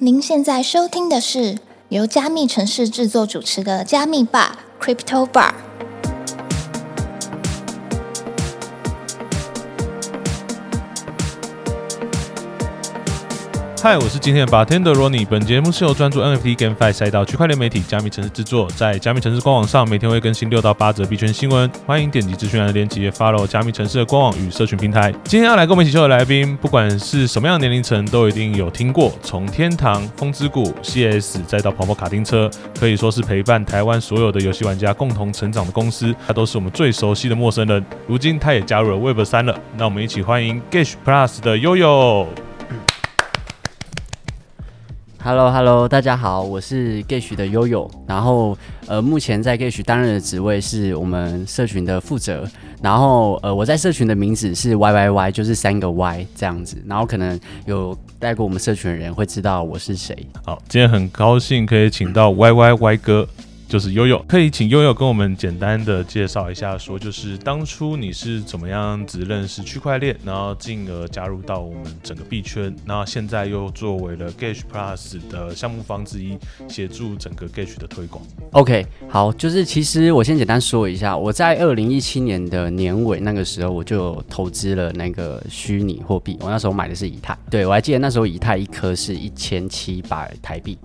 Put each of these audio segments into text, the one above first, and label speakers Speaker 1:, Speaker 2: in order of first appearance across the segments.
Speaker 1: 您现在收听的是由加密城市制作主持的《加密吧 Crypto Bar》。
Speaker 2: 嗨，我是今天的 bartender Ronnie。本节目是由专注 NFT、GameFi 赛道、区块链媒体加密城市制作，在加密城市官网上每天会更新六到八则币圈新闻，欢迎点击资讯栏的链接，follow 加密城市的官网与社群平台。今天要来跟我们一起秀的来宾，不管是什么样的年龄层，都一定有听过，从天堂、风之谷、CS，再到跑跑卡丁车，可以说是陪伴台湾所有的游戏玩家共同成长的公司，它都是我们最熟悉的陌生人。如今，它也加入了 Web 三了，那我们一起欢迎 Gage Plus 的悠悠。
Speaker 3: Hello Hello，大家好，我是 Gage 的悠悠，然后呃，目前在 Gage 担任的职位是我们社群的负责，然后呃，我在社群的名字是 YYY，就是三个 Y 这样子，然后可能有带过我们社群的人会知道我是谁。
Speaker 2: 好，今天很高兴可以请到 Y Y Y 哥，就是悠悠，可以请悠悠跟我们简单的介绍一下，说就是当初你是怎么样子认识区块链，然后进而加入到我们整个币圈，然后现在又作为了 Gage Plus 的项目方之一，协助整个 Gage 的推广。
Speaker 3: OK，好，就是其实我先简单说一下，我在二零一七年的年尾那个时候，我就有投资了那个虚拟货币，我那时候买的是以太，对我还记得那时候以太一颗是一千七百台币，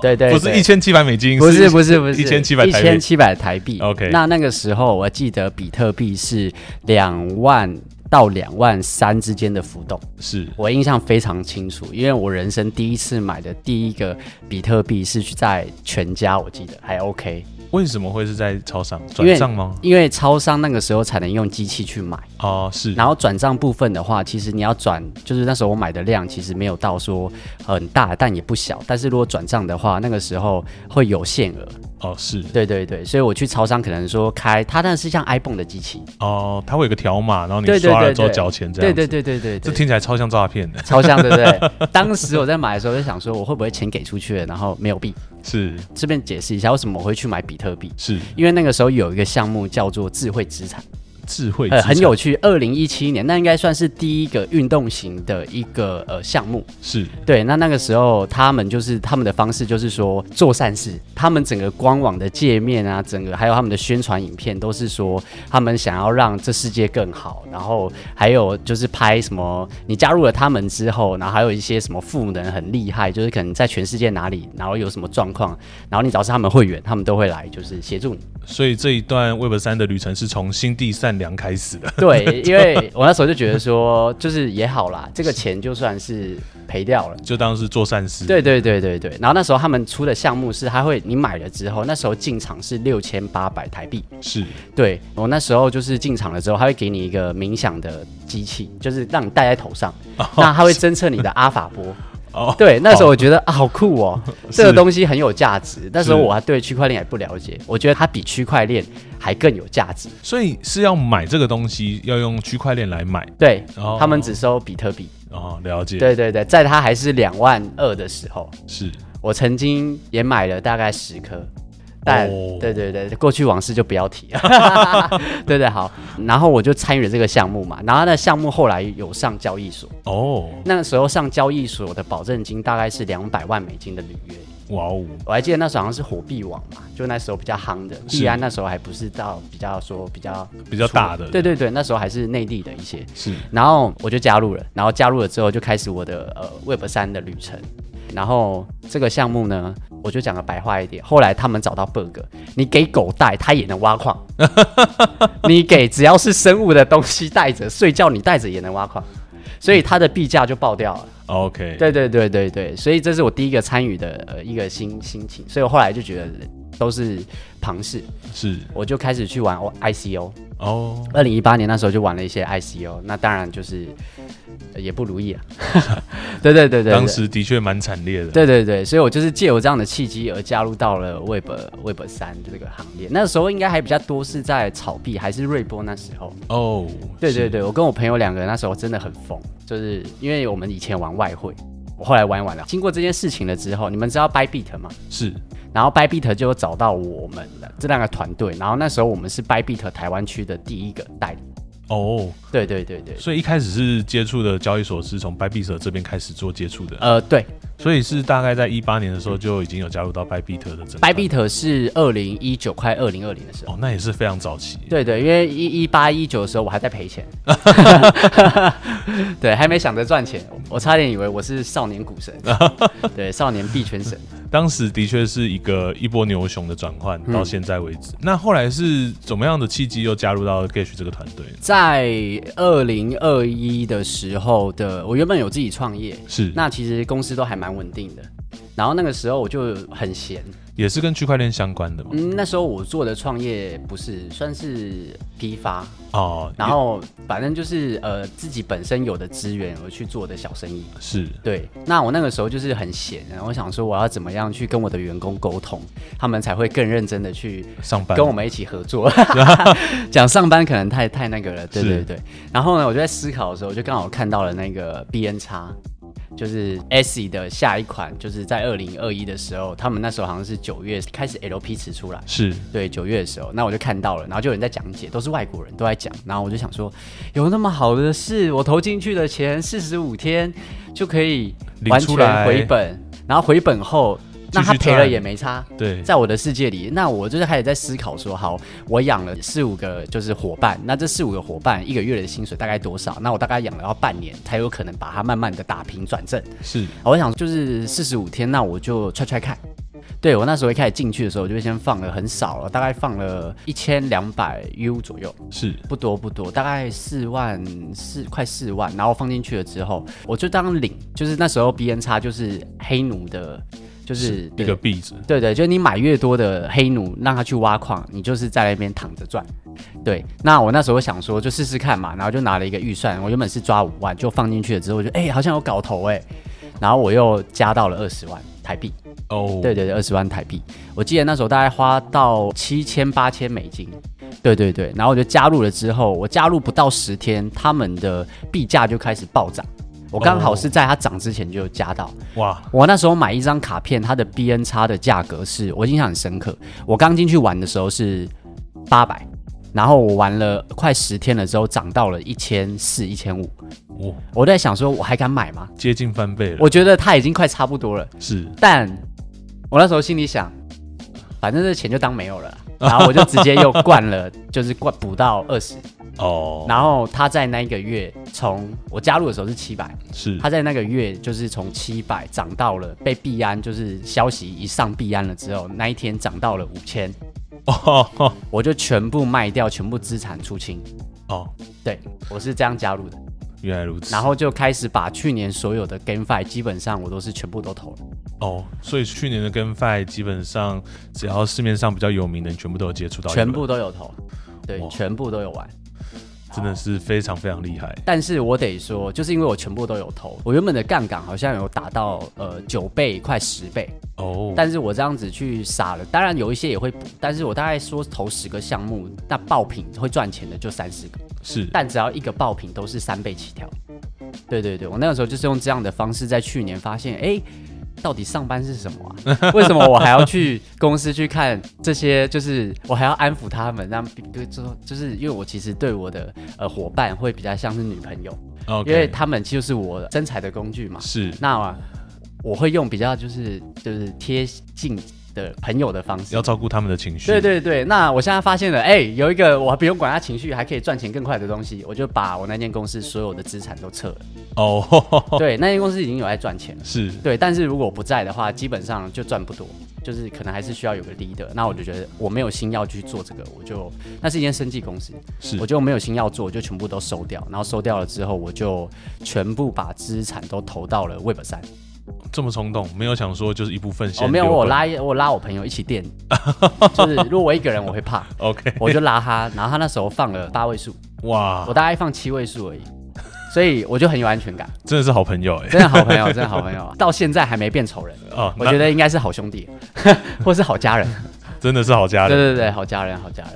Speaker 3: 对对
Speaker 2: 哦不是
Speaker 3: 对
Speaker 2: 一千七百美金，
Speaker 3: 不是不是不是
Speaker 2: 1700台币
Speaker 3: 一千七百台币。
Speaker 2: OK
Speaker 3: 那那个时候我记得比特币是两万到两万三之间的浮动，
Speaker 2: 是
Speaker 3: 我印象非常清楚，因为我人生第一次买的第一个比特币是去在全家，我记得还 OK，
Speaker 2: 为什么会是在超商
Speaker 3: 因为
Speaker 2: 转账吗？
Speaker 3: 因为超商那个时候才能用机器去买。
Speaker 2: 哦，是
Speaker 3: 然后转账部分的话，其实你要转，就是那时候我买的量其实没有到说很大，但也不小。但是如果转账的话，那个时候会有限额，
Speaker 2: 哦是
Speaker 3: 对对对，所以我去超商可能说开，它那是像 iPhone 的机器，
Speaker 2: 哦，它会有个条码，然后你
Speaker 3: 对对
Speaker 2: 刷了
Speaker 3: 对
Speaker 2: 之后
Speaker 3: 对
Speaker 2: 缴钱这样
Speaker 3: 对
Speaker 2: 子。
Speaker 3: 对对对对
Speaker 2: 这
Speaker 3: 对，
Speaker 2: 听起来超像诈骗的，
Speaker 3: 超像对不对？ 当时我在买的时候就想说，我会不会钱给出去了，然后没有币？
Speaker 2: 是
Speaker 3: 这边解释一下为什么我会去买比特币，
Speaker 2: 是
Speaker 3: 因为那个时候有一个项目叫做智慧资产，
Speaker 2: 智慧
Speaker 3: 呃，
Speaker 2: 哎资
Speaker 3: 很
Speaker 2: 产
Speaker 3: 有趣。二零一七年，那应该算是第一个运动型的一个呃项目。
Speaker 2: 是
Speaker 3: 对，那那个时候他们就是他们的方式就是说做善事，他们整个官网的界面啊，整个还有他们的宣传影片都是说他们想要让这世界更好，然后还有就是拍什么你加入了他们之后，然后还有一些什么赋能很厉害，就是可能在全世界哪里，然后有什么状况，然后你只要是他们会员，他们都会来就是协助你。
Speaker 2: 所以这一段 Web 三的旅程是从心地善良开始的。
Speaker 3: 对，因为我那时候就觉得说，就是也好啦，这个钱就算是赔掉了。
Speaker 2: 就当是做善事，
Speaker 3: 嗯对对对对对，然后那时候他们出的项目是，他会你买了之后，那时候进场是六千八百台币。
Speaker 2: 是
Speaker 3: 对我那时候就是进场了之后，他会给你一个冥想的机器，就是让你戴在头上，那他会侦测你的阿法波。
Speaker 2: 哦，
Speaker 3: 对，那时候我觉得、啊，好酷哦，这个东西很有价值。那时候我还对区块链还不了解，我觉得它比区块链还更有价值。
Speaker 2: 所以是要买这个东西，要用区块链来买
Speaker 3: 对，
Speaker 2: 哦
Speaker 3: 他们只收比特币。
Speaker 2: 哦，了解，
Speaker 3: 对对对，在它还是两万二的时候，
Speaker 2: 是
Speaker 3: 我曾经也买了大概十颗，但、
Speaker 2: 哦
Speaker 3: 对对对，过去往事就不要提了。 对对，好，然后我就参与了这个项目嘛，然后那项目后来有上交易所，
Speaker 2: 哦，
Speaker 3: 那个时候上交易所的保证金大概是两百万美金的履约。
Speaker 2: 哇哦，
Speaker 3: 我还记得那时候好像是火币网嘛，就那时候比较夯的，币安那时候还不是到比较说比较
Speaker 2: 比较大的
Speaker 3: 对对对，那时候还是内地的一些，
Speaker 2: 是
Speaker 3: 然后我就加入了，然后加入了之后就开始我的呃 Web 三的旅程。然后这个项目呢，我就讲的白话一点，后来他们找到 bug，你给狗带它也能挖矿，你给只要是生物的东西带着，睡觉你带着也能挖矿，所以它的币价就爆掉了。
Speaker 2: OK，
Speaker 3: 对对对对对，所以这是我第一个参与的呃一个心心情，所以我后来就觉得都是庞氏，
Speaker 2: 是
Speaker 3: 我就开始去玩 ICO。
Speaker 2: 哦，
Speaker 3: 二零一八年那时候就玩了一些 ICO，那当然就是呃也不如意啊。 对对对对，对
Speaker 2: 当时的确蛮惨烈的，
Speaker 3: 对对对，所以我就是借有这样的契机而加入到了 Web Web 三这个行列。那时候应该还比较多是在炒币还是瑞波那时候。
Speaker 2: 哦，
Speaker 3: 对
Speaker 2: 是
Speaker 3: 对，对，我跟我朋友两个人那时候真的很疯，就是因为我们以前玩外汇，我后来玩一玩了。经过这件事情了之后，你们知道 Bybit 吗？
Speaker 2: 是
Speaker 3: 然后 Bybit 就找到我们了这两个团队，然后那时候我们是 Bybit 台湾区的第一个代理。
Speaker 2: 哦，
Speaker 3: 对对对对，
Speaker 2: 所以一开始是接触的交易所是从 Bybit 这边开始做接触的，
Speaker 3: 呃，对，
Speaker 2: 所以是大概在一八年的时候就已经有加入到 Bybit 的整个
Speaker 3: 白比特是二零一九快二零二零的时候。
Speaker 2: 哦，那也是非常早期。
Speaker 3: 对对，因为一一八一九的时候我还在赔钱， 对，还没想着赚钱，我差点以为我是少年股神，对，少年币圈神。
Speaker 2: 当时的确是一个一波牛熊的转换，
Speaker 3: 嗯
Speaker 2: 到现在为止。那后来是怎么样的契机又加入到 Gash 这个团队？
Speaker 3: 在二零二一的时候的，我原本有自己创业，
Speaker 2: 是
Speaker 3: 那其实公司都还蛮稳定的。然后那个时候我就很闲，
Speaker 2: 也是跟区块链相关的嘛？
Speaker 3: 嗯，那时候我做的创业不是算是批发，
Speaker 2: 哦，
Speaker 3: 然后反正就是呃自己本身有的资源而去做的小生意。
Speaker 2: 也是
Speaker 3: 对，那我那个时候就是很闲，然后我想说我要怎么样去跟我的员工沟通，他们才会更认真的去
Speaker 2: 上班，
Speaker 3: 跟我们一起 合作。 讲上班可能太太那个了，对
Speaker 2: 是
Speaker 3: 对对。然后呢，我就在思考的时候，我就刚好看到了那个 B N 叉，就是 S E 的下一款，就是在二零二一的时候，他们那时候好像是九月开始 L P 池出来。
Speaker 2: 是
Speaker 3: 对，九月的时候，那我就看到了，然后就有人在讲解，都是外国人都在讲，然后我就想说，有那么好的事，我投进去的钱四十五天就可以
Speaker 2: 领
Speaker 3: 完
Speaker 2: 出来
Speaker 3: 全回本，然后回本后，那
Speaker 2: 继
Speaker 3: 他
Speaker 2: 续
Speaker 3: 赔了
Speaker 2: 赚
Speaker 3: 也没差，
Speaker 2: 对，
Speaker 3: 在我的世界里，那我就是开始在思考说，好，我养了四五个就是伙伴，那这四五个伙伴一个月的薪水大概多少？那我大概养了要半年，才有可能把它慢慢的打平转正。
Speaker 2: 是
Speaker 3: 我想就是四十五天，那我就踹踹看。对我那时候一开始进去的时候，我就先放了很少了，大概放了一千两百 U 左右，
Speaker 2: 是
Speaker 3: 不多不多，大概四万四快四万，然后放进去了之后，我就当领，就是那时候 B N 叉就是黑奴的，就是
Speaker 2: 一
Speaker 3: 对。
Speaker 2: 个币值，
Speaker 3: 对对，就是你买越多的黑奴，让他去挖矿，你就是在那边躺着赚。对，那我那时候想说就试试看嘛，然后就拿了一个预算，我原本是抓五万，就放进去了之后，我就哎、好像有搞头哎、然后我又加到了二十万台币，
Speaker 2: 哦，
Speaker 3: 对对对，二十万台币，我记得那时候大概花到七千八千美金，对对对，然后我就加入了之后，我加入不到十天，他们的币价就开始暴涨，我刚好
Speaker 2: 哦
Speaker 3: 是在它涨之前就加到，
Speaker 2: 哇，
Speaker 3: 我那时候买一张卡片，它的 B N 叉的价格是我印象很深刻。我刚进去玩的时候是八百，然后我玩了快十天了之后，涨到了一千四、一千五。
Speaker 2: 我
Speaker 3: 我在想说，我还敢买吗？
Speaker 2: 哦接近翻倍了，
Speaker 3: 我觉得它已经快差不多了，
Speaker 2: 是
Speaker 3: 但我那时候心里想，反正这钱就当没有了啦。然后我就直接又灌了，就是灌补到二十，
Speaker 2: 哦，
Speaker 3: 然后它在那一个月从我加入的时候是七百，
Speaker 2: 是
Speaker 3: 他在那个月就是从七百涨到了被币安，就是消息一上币安了之后，那一天涨到了五千，
Speaker 2: 哦 哦
Speaker 3: 我就全部卖掉，全部资产出清。
Speaker 2: 哦，
Speaker 3: 对我是这样加入的，
Speaker 2: 原来如此，
Speaker 3: 然后就开始把去年所有的 GameFi 基本上我都是全部都投了。
Speaker 2: 哦，所以去年的跟 Fi 基本上只要市面上比较有名的，你全部都有接触到一轮，
Speaker 3: 全部都有投，对
Speaker 2: 哦哇，
Speaker 3: 全部都有玩。
Speaker 2: 真的是非常非常厉害，
Speaker 3: 但是我得说，就是因为我全部都有投，我原本的杠杆好像有打到呃九倍快十倍，
Speaker 2: 哦，
Speaker 3: 但是我这样子去撒了，当然有一些也会补，但是我大概说投十个项目，那爆品会赚钱的就三十个，
Speaker 2: 是
Speaker 3: 但只要一个爆品都是三倍起跳。对对对，我那个时候就是用这样的方式，在去年发现，哎，到底上班是什么啊？ 为什么我还要去公司去看这些？就是我还要安抚他们，让就就是因为我其实对我的呃伙伴会比较像是女朋友，
Speaker 2: OK，
Speaker 3: 因为他们就是我生财的工具嘛。
Speaker 2: 是
Speaker 3: 那、我会用比较就是就是贴近的朋友的方式
Speaker 2: 要。照顾他们的情绪，
Speaker 3: 对对对，那我现在发现了，哎、有一个我不用管他情绪，还可以赚钱更快的东西，我就把我那间公司所有的资产都撤了。
Speaker 2: 哦，
Speaker 3: 对，那间公司已经有在赚钱了。
Speaker 2: 是
Speaker 3: 对，但是如果我不在的话，基本上就赚不多，就是可能还是需要有个 leader。那我就觉得我没有心要去做这个，我就那是一间生技公司，
Speaker 2: 是
Speaker 3: 我就没有心要做，我就全部都收掉。然后收掉了之后，我就全部把资产都投到了 Web 三。
Speaker 2: 这么冲动，没有想说就是一部分先
Speaker 3: 哦，没有，
Speaker 2: 留
Speaker 3: 我
Speaker 2: 本
Speaker 3: 拉我拉我朋友一起垫， 就是如果我一个人我会怕，
Speaker 2: OK，
Speaker 3: 我就拉他，然后他那时候放了八位数，
Speaker 2: 哇
Speaker 3: 我，大概放七位数而已，所以我就很有安全感，
Speaker 2: 真的是好朋友 哎、
Speaker 3: 真的好 朋友，真的好朋友，到现在还没变仇人，
Speaker 2: 哦，
Speaker 3: 我
Speaker 2: 那
Speaker 3: 觉得应 该是好兄弟，或是好家人，
Speaker 2: 真的是好家
Speaker 3: 对
Speaker 2: 人。
Speaker 3: 对对，好家人，好家人，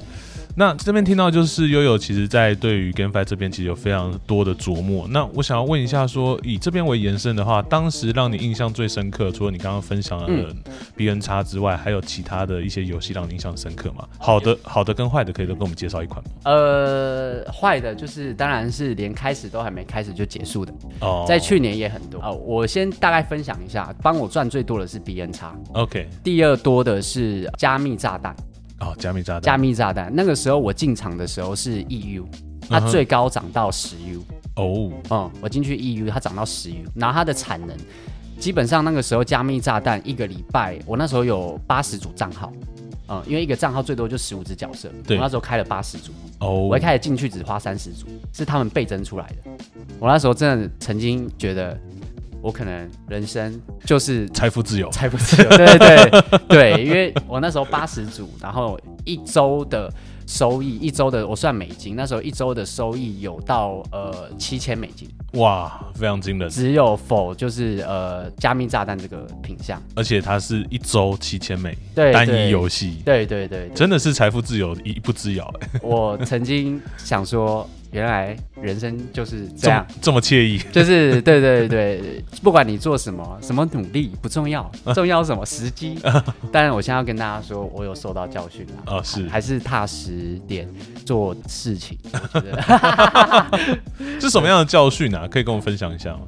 Speaker 2: 那这边听到就是悠悠，其实在对于 GameFi 这边其实有非常多的琢磨。那我想要问一下说以这边为延伸的话，当时让你印象最深刻，除了你刚刚分享的
Speaker 3: 嗯
Speaker 2: B N 叉之外，还有其他的一些游戏让你印象深刻吗？好的，好的跟坏的，可以都跟我们介绍一款吗？
Speaker 3: 呃，坏的就是当然是连开始都还没开始就结束的，
Speaker 2: 哦，
Speaker 3: 在去年也很多啊、呃我先大概分享一下，帮我赚最多的是 B N 叉，
Speaker 2: OK，
Speaker 3: 第二多的是加密炸弹。
Speaker 2: 哦，加密炸
Speaker 3: 加
Speaker 2: 弹，
Speaker 3: 密炸弹那个时候我进场的时候是 EU，它
Speaker 2: 嗯哼
Speaker 3: 最高涨到十 U。
Speaker 2: 哦，
Speaker 3: 嗯，我进去 EU，它涨到十 U，然后它的产能基本上那个时候加密炸弹一个礼拜，我那时候有八十组账号，嗯，因为一个账号最多就十五只角色，
Speaker 2: 对
Speaker 3: 我那时候开了八十组，
Speaker 2: 哦，
Speaker 3: 我一开始进去只花三十组，是他们倍增出来的。我那时候真的曾经觉得，我可能人生就是
Speaker 2: 财富自由，
Speaker 3: 财富自由，对对对对，因为我那时候八十组，然后一周的收益，一周的我算美金，那时候一周的收益有到呃七千美金，
Speaker 2: 哇，非常惊人，
Speaker 3: 只有否就是呃加密炸弹这个品项，
Speaker 2: 而且它是一周七千美，
Speaker 3: 对
Speaker 2: 单一
Speaker 3: 对
Speaker 2: 游戏，
Speaker 3: 对对对对，
Speaker 2: 真的是财富自由一步之遥，哎
Speaker 3: 我曾经想说，原来人生就是这
Speaker 2: 这
Speaker 3: 样
Speaker 2: 么。这么惬意，
Speaker 3: 就是对对对，不管你做什么，什么努力不重要，重要是什么时机。当然，我现在要跟大家说，我有受到教训了。
Speaker 2: 哦是
Speaker 3: 还是踏实点做事情。我觉得，
Speaker 2: 是什么样的教训啊？可以跟我分享一下吗？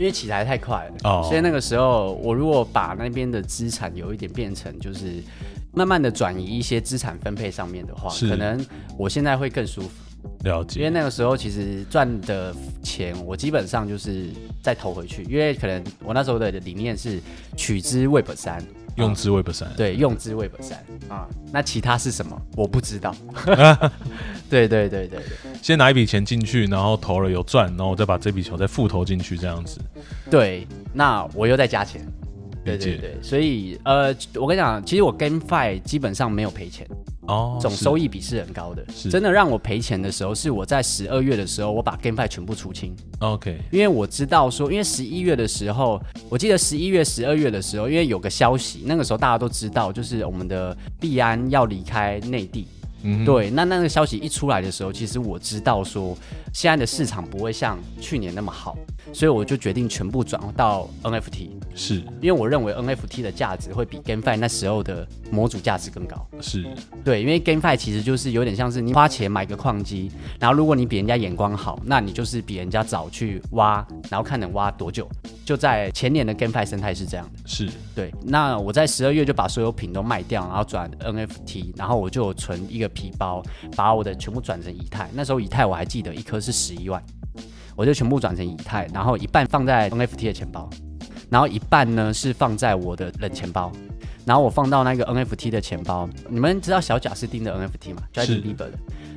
Speaker 3: 因为起来太快了，
Speaker 2: 哦
Speaker 3: 所以那个时候我如果把那边的资产有一点变成就是慢慢的转移一些资产分配上面的话，
Speaker 2: 是
Speaker 3: 可能我现在会更舒服。
Speaker 2: 了
Speaker 3: 因为
Speaker 2: 解，
Speaker 3: 那个时候其实赚的钱，我基本上就是再投回去，因为可能我那时候的理念是取之未本三，
Speaker 2: 用之 Web 三，
Speaker 3: 对，用之未本三啊、那其他是什么？我不 知道。对对对对对
Speaker 2: 先拿一笔钱进去，然后投了有赚，然后我再把这笔球再复投进去，这样子，
Speaker 3: 对，那我又再加钱。对
Speaker 2: 嗯理解
Speaker 3: 对对，所以呃，我跟你讲，其实我 GameFi 基本上没有赔钱，
Speaker 2: 哦，
Speaker 3: 总
Speaker 2: 是
Speaker 3: 收益比是很高的。
Speaker 2: 是
Speaker 3: 真的让我赔钱的时候，是我在十二月的时候，我把 GameFi 全部出清。
Speaker 2: ，OK，
Speaker 3: 因为我知道说，因为十一月的时候，我记得十一月、十二月的时候，因为有个消息，那个时候大家都知道，就是我们的币安要离开内地。
Speaker 2: 嗯哼，
Speaker 3: 对，那那个消息一出来的时候，其实我知道说现在的市场不会像去年那么好，所以我就决定全部转到 NFT，
Speaker 2: 是
Speaker 3: 因为我认为 NFT 的价值会比 GameFi 那时候的模组价值更高。
Speaker 2: 是，
Speaker 3: 对，因为 GameFi 其实就是有点像是你花钱买个矿机，然后如果你比人家眼光好，那你就是比人家早去挖，然后看能挖多久。就在前年的 GameFi 生态是这样的。
Speaker 2: 是
Speaker 3: 对，那我在十二月就把所有品都卖掉，然后转 NFT，然后我就有存一个皮包，把我的全部转成以太。那时候以太我还记得一颗是十一万，我就全部转成以太，然后一半放在 NFT 的钱包，然后一半呢是放在我的冷钱包。然后我放到那个 NFT 的钱包，你们知道小贾斯汀的 NFT 吗
Speaker 2: 是
Speaker 3: ？Justin Bieber 的。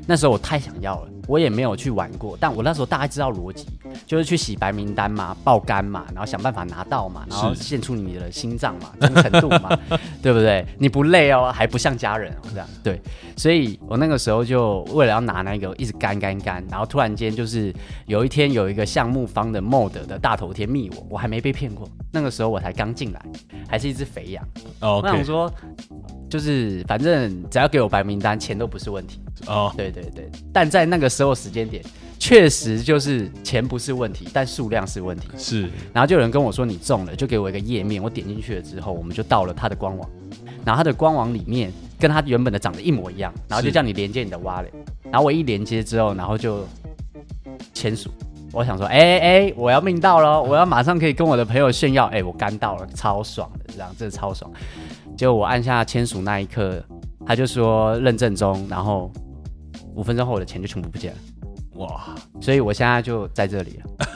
Speaker 3: 那时候我太想要了，我也没有去玩过，但我那时候大概知道逻辑，就是去洗白名单嘛，爆肝嘛，然后想办法拿到嘛，然后
Speaker 2: 是
Speaker 3: 献出你的心脏嘛，忠诚度 嘛，对不对？你不累哦，还不像家人哦，这样对。所以我那个时候就为了要拿那个，一直干干干，然后突然间就是有一天有一个项目方的 MOD 的大头贴密我，我还没被骗过，那个时候我才刚进来，还是一只肥羊。
Speaker 2: 哦
Speaker 3: 我想
Speaker 2: ，OK，
Speaker 3: 说，就是反正只要给我白名单，钱都不是问题。
Speaker 2: 哦，
Speaker 3: 对对对，但在那个时候时间点，确实就是钱不是问题，但数量是问题。
Speaker 2: 是
Speaker 3: 然后就有人跟我说你中了，就给我一个页面，我点进去了之后，我们就到了他的官网，然后他的官网里面跟他原本的长得一模一样，然后就是叫你连接你的 wallet，然后我一连接之后，然后就签署。我想说，哎、哎、我要命到了，我要马上可以跟我的朋友炫耀，哎、我干到了，超爽的，这样真的超爽。结果我按下签署那一刻，他就说认证中，然后五分钟后我的钱就全部不见了，
Speaker 2: 哇，
Speaker 3: 所以我现在就在这里了。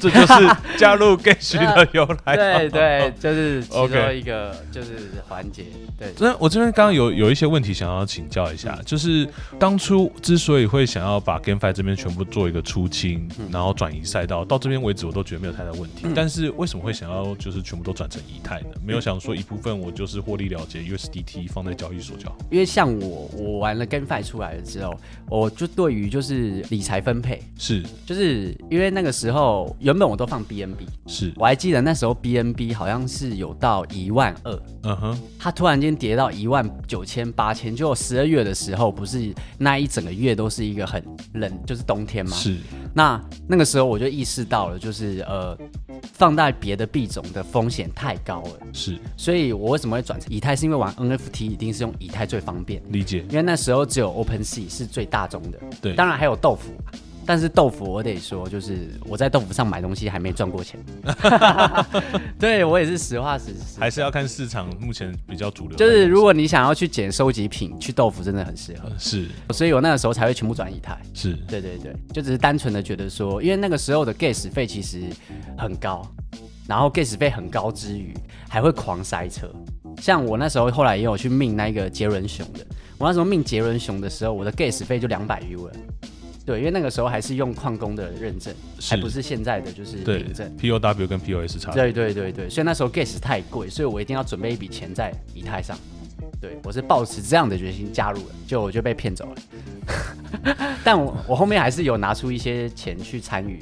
Speaker 2: 这就是 加入 Gash 的由来。
Speaker 3: 对对，就是其
Speaker 2: OK
Speaker 3: 中一个就是环节。对，
Speaker 2: 那我这边刚刚有有一些问题想要请教一
Speaker 3: 嗯
Speaker 2: 下，就是当初之所以会想要把 GameFi 这边全部做一个出清，
Speaker 3: 嗯
Speaker 2: 然后转移赛道，到这边为止我都觉得没有太大问题。但是为什么会想要就是全部都转成以太呢？没有想说一部分我就是获利了结 USDT 放在交易所就好。
Speaker 3: 因为像我，我玩了 GameFi 出来了之后，我就对于就是理财分配，
Speaker 2: 是
Speaker 3: 就是因为那个时候原本我都放 BNB，
Speaker 2: 是，
Speaker 3: 我还记得那时候 BNB 好像是有到一万二，
Speaker 2: 嗯哼，
Speaker 3: 它突然间跌到一万九千八千，就十二月的时候，不是那一整个月都是一个很冷，就是冬天嘛。
Speaker 2: 是，
Speaker 3: 那那个时候我就意识到了，就是呃，放大别的币种的风险太高了，
Speaker 2: 是，
Speaker 3: 所以我为什么会转成以太？是因为玩 NFT 一定是用以太最方便，
Speaker 2: 理解，
Speaker 3: 因为那时候只有 OpenSea 是最大众的，
Speaker 2: 对
Speaker 3: 当然还有豆腐。但是豆腐，我得说，就是我在豆腐上买东西还没赚过钱，对我也是实话实实
Speaker 2: 还是要看市场目前比较主流的
Speaker 3: 就
Speaker 2: 东西，
Speaker 3: 是如果你想要去捡收集品，去豆腐真的很适合，
Speaker 2: 呃是
Speaker 3: 所以我那个时候才会全部转以太。
Speaker 2: 是
Speaker 3: 对对对，就只是单纯的觉得说，因为那个时候的 gas 费其实很高，然后 gas 费很高之余，还会狂塞车。像我那时候后来也有去命那个杰伦熊的，我那时候命杰伦熊的时候，我的 gas 费就两百 U 了。对，因为那个时候还是用矿工的认证，
Speaker 2: 是
Speaker 3: 还不是现在的就是
Speaker 2: 对
Speaker 3: 凭证。
Speaker 2: POW 跟 POS 差别，
Speaker 3: 对对对对，所以那时候 gas 太贵，所以我一定要准备一笔钱在以太上。对我是抱持这样的决心加入了，就我就被骗走了。 但我我后面还是有拿出一些钱去参与，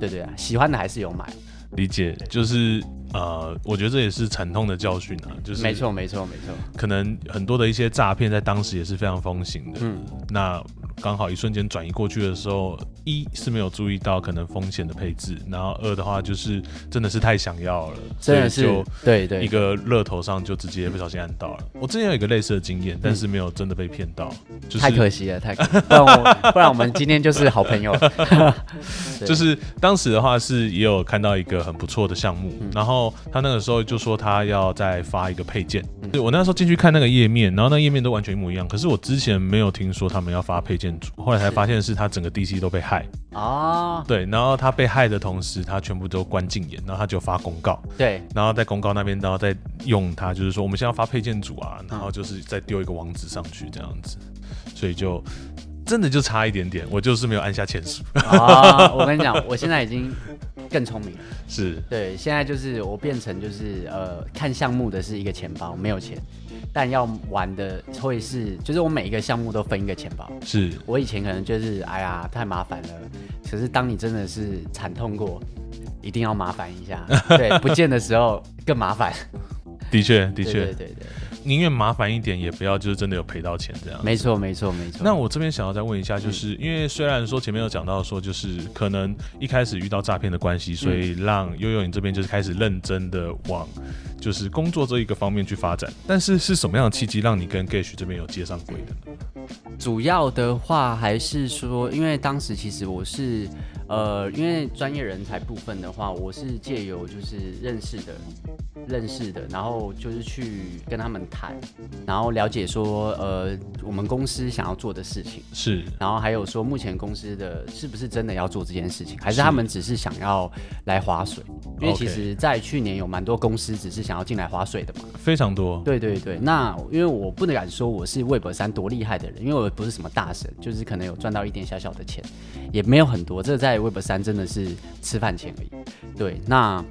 Speaker 3: 对对啊，喜欢的还是有买，
Speaker 2: 理解，就是呃，我觉得这也是惨痛的教训啊，就是
Speaker 3: 没错没错没错，
Speaker 2: 可能很多的一些诈骗在当时也是非常风行的。
Speaker 3: 嗯
Speaker 2: 那刚好一瞬间转移过去的时候，一是没有注意到可能风险的配置，然后二的话就是真的是太想要了，
Speaker 3: 真的是
Speaker 2: 所以就
Speaker 3: 对
Speaker 2: 一
Speaker 3: 对
Speaker 2: 个热头上就直接不小心按到了。我之前有一个类似的经验，但是没有真的被骗到，就是
Speaker 3: 嗯太可惜了，太可惜了，不然我不然我们今天就是好朋友 了。对
Speaker 2: 就是当时的话是也有看到一个很不错的项目，然后他那个时候就说他要再发一个配件，对我那时候进去看那个页面，然后那页面都完全一模一样，可是我之前没有听说他们要发配件组，后来才发现是他整个 DC 都被害，
Speaker 3: 哦，
Speaker 2: 对，然后他被害的同时，他全部都关禁言，然后他就发公告，
Speaker 3: 对，
Speaker 2: 然后在公告那边，然后再用它，就是说我们现在要发配件组啊，然后就是再丢一个网址上去这样子，所以就真的就差一点点，我就是没有按下签署，
Speaker 3: 哦，我跟你讲，我现在已经更聪明了。
Speaker 2: 是
Speaker 3: 对，现在就是我变成就是呃，看项目的是一个钱包，没有钱，但要玩的会是，就是我每一个项目都分一个钱包。
Speaker 2: 是
Speaker 3: 我以前可能就是哎呀太麻烦了，可是当你真的是惨痛过，一定要麻烦一下，对，不见的时候更麻烦。
Speaker 2: 的确 的
Speaker 3: 的
Speaker 2: 确
Speaker 3: 对。对对对，
Speaker 2: 宁愿麻烦一点，也不要就是真的有赔到钱这样。
Speaker 3: 没错没错没错。嗯
Speaker 2: 那我这边想要再问一下，就是、因为虽然说前面有讲到说，就是可能一开始遇到诈骗的关
Speaker 3: 嗯
Speaker 2: 系，所以让悠悠你这边就是开始认真的往就是工作这一个方面去发展。但是是什么样的契机让你跟 Gage 这边有接上轨的呢？
Speaker 3: 主要的话还是说，因为当时其实我是，呃，因为专业人才部分的话，我是借由就是认识的，认识的，然后就是去跟他们谈，然后了解说，呃，我们公司想要做的事情，
Speaker 2: 是
Speaker 3: 然后还有说目前公司的是不是真的要做这件事情，还是
Speaker 2: 是
Speaker 3: 他们只是想要来划水？因为
Speaker 2: OK
Speaker 3: 其实，在去年有蛮多公司只是想要进来划水的嘛。
Speaker 2: 非常多，
Speaker 3: 对对对，那因为我不能敢说我是魏本山多厉害的人，因为我不是什么大神，就是可能有赚到一点小小的钱，也没有很多，这在魏本山真的是吃饭钱而已。对，那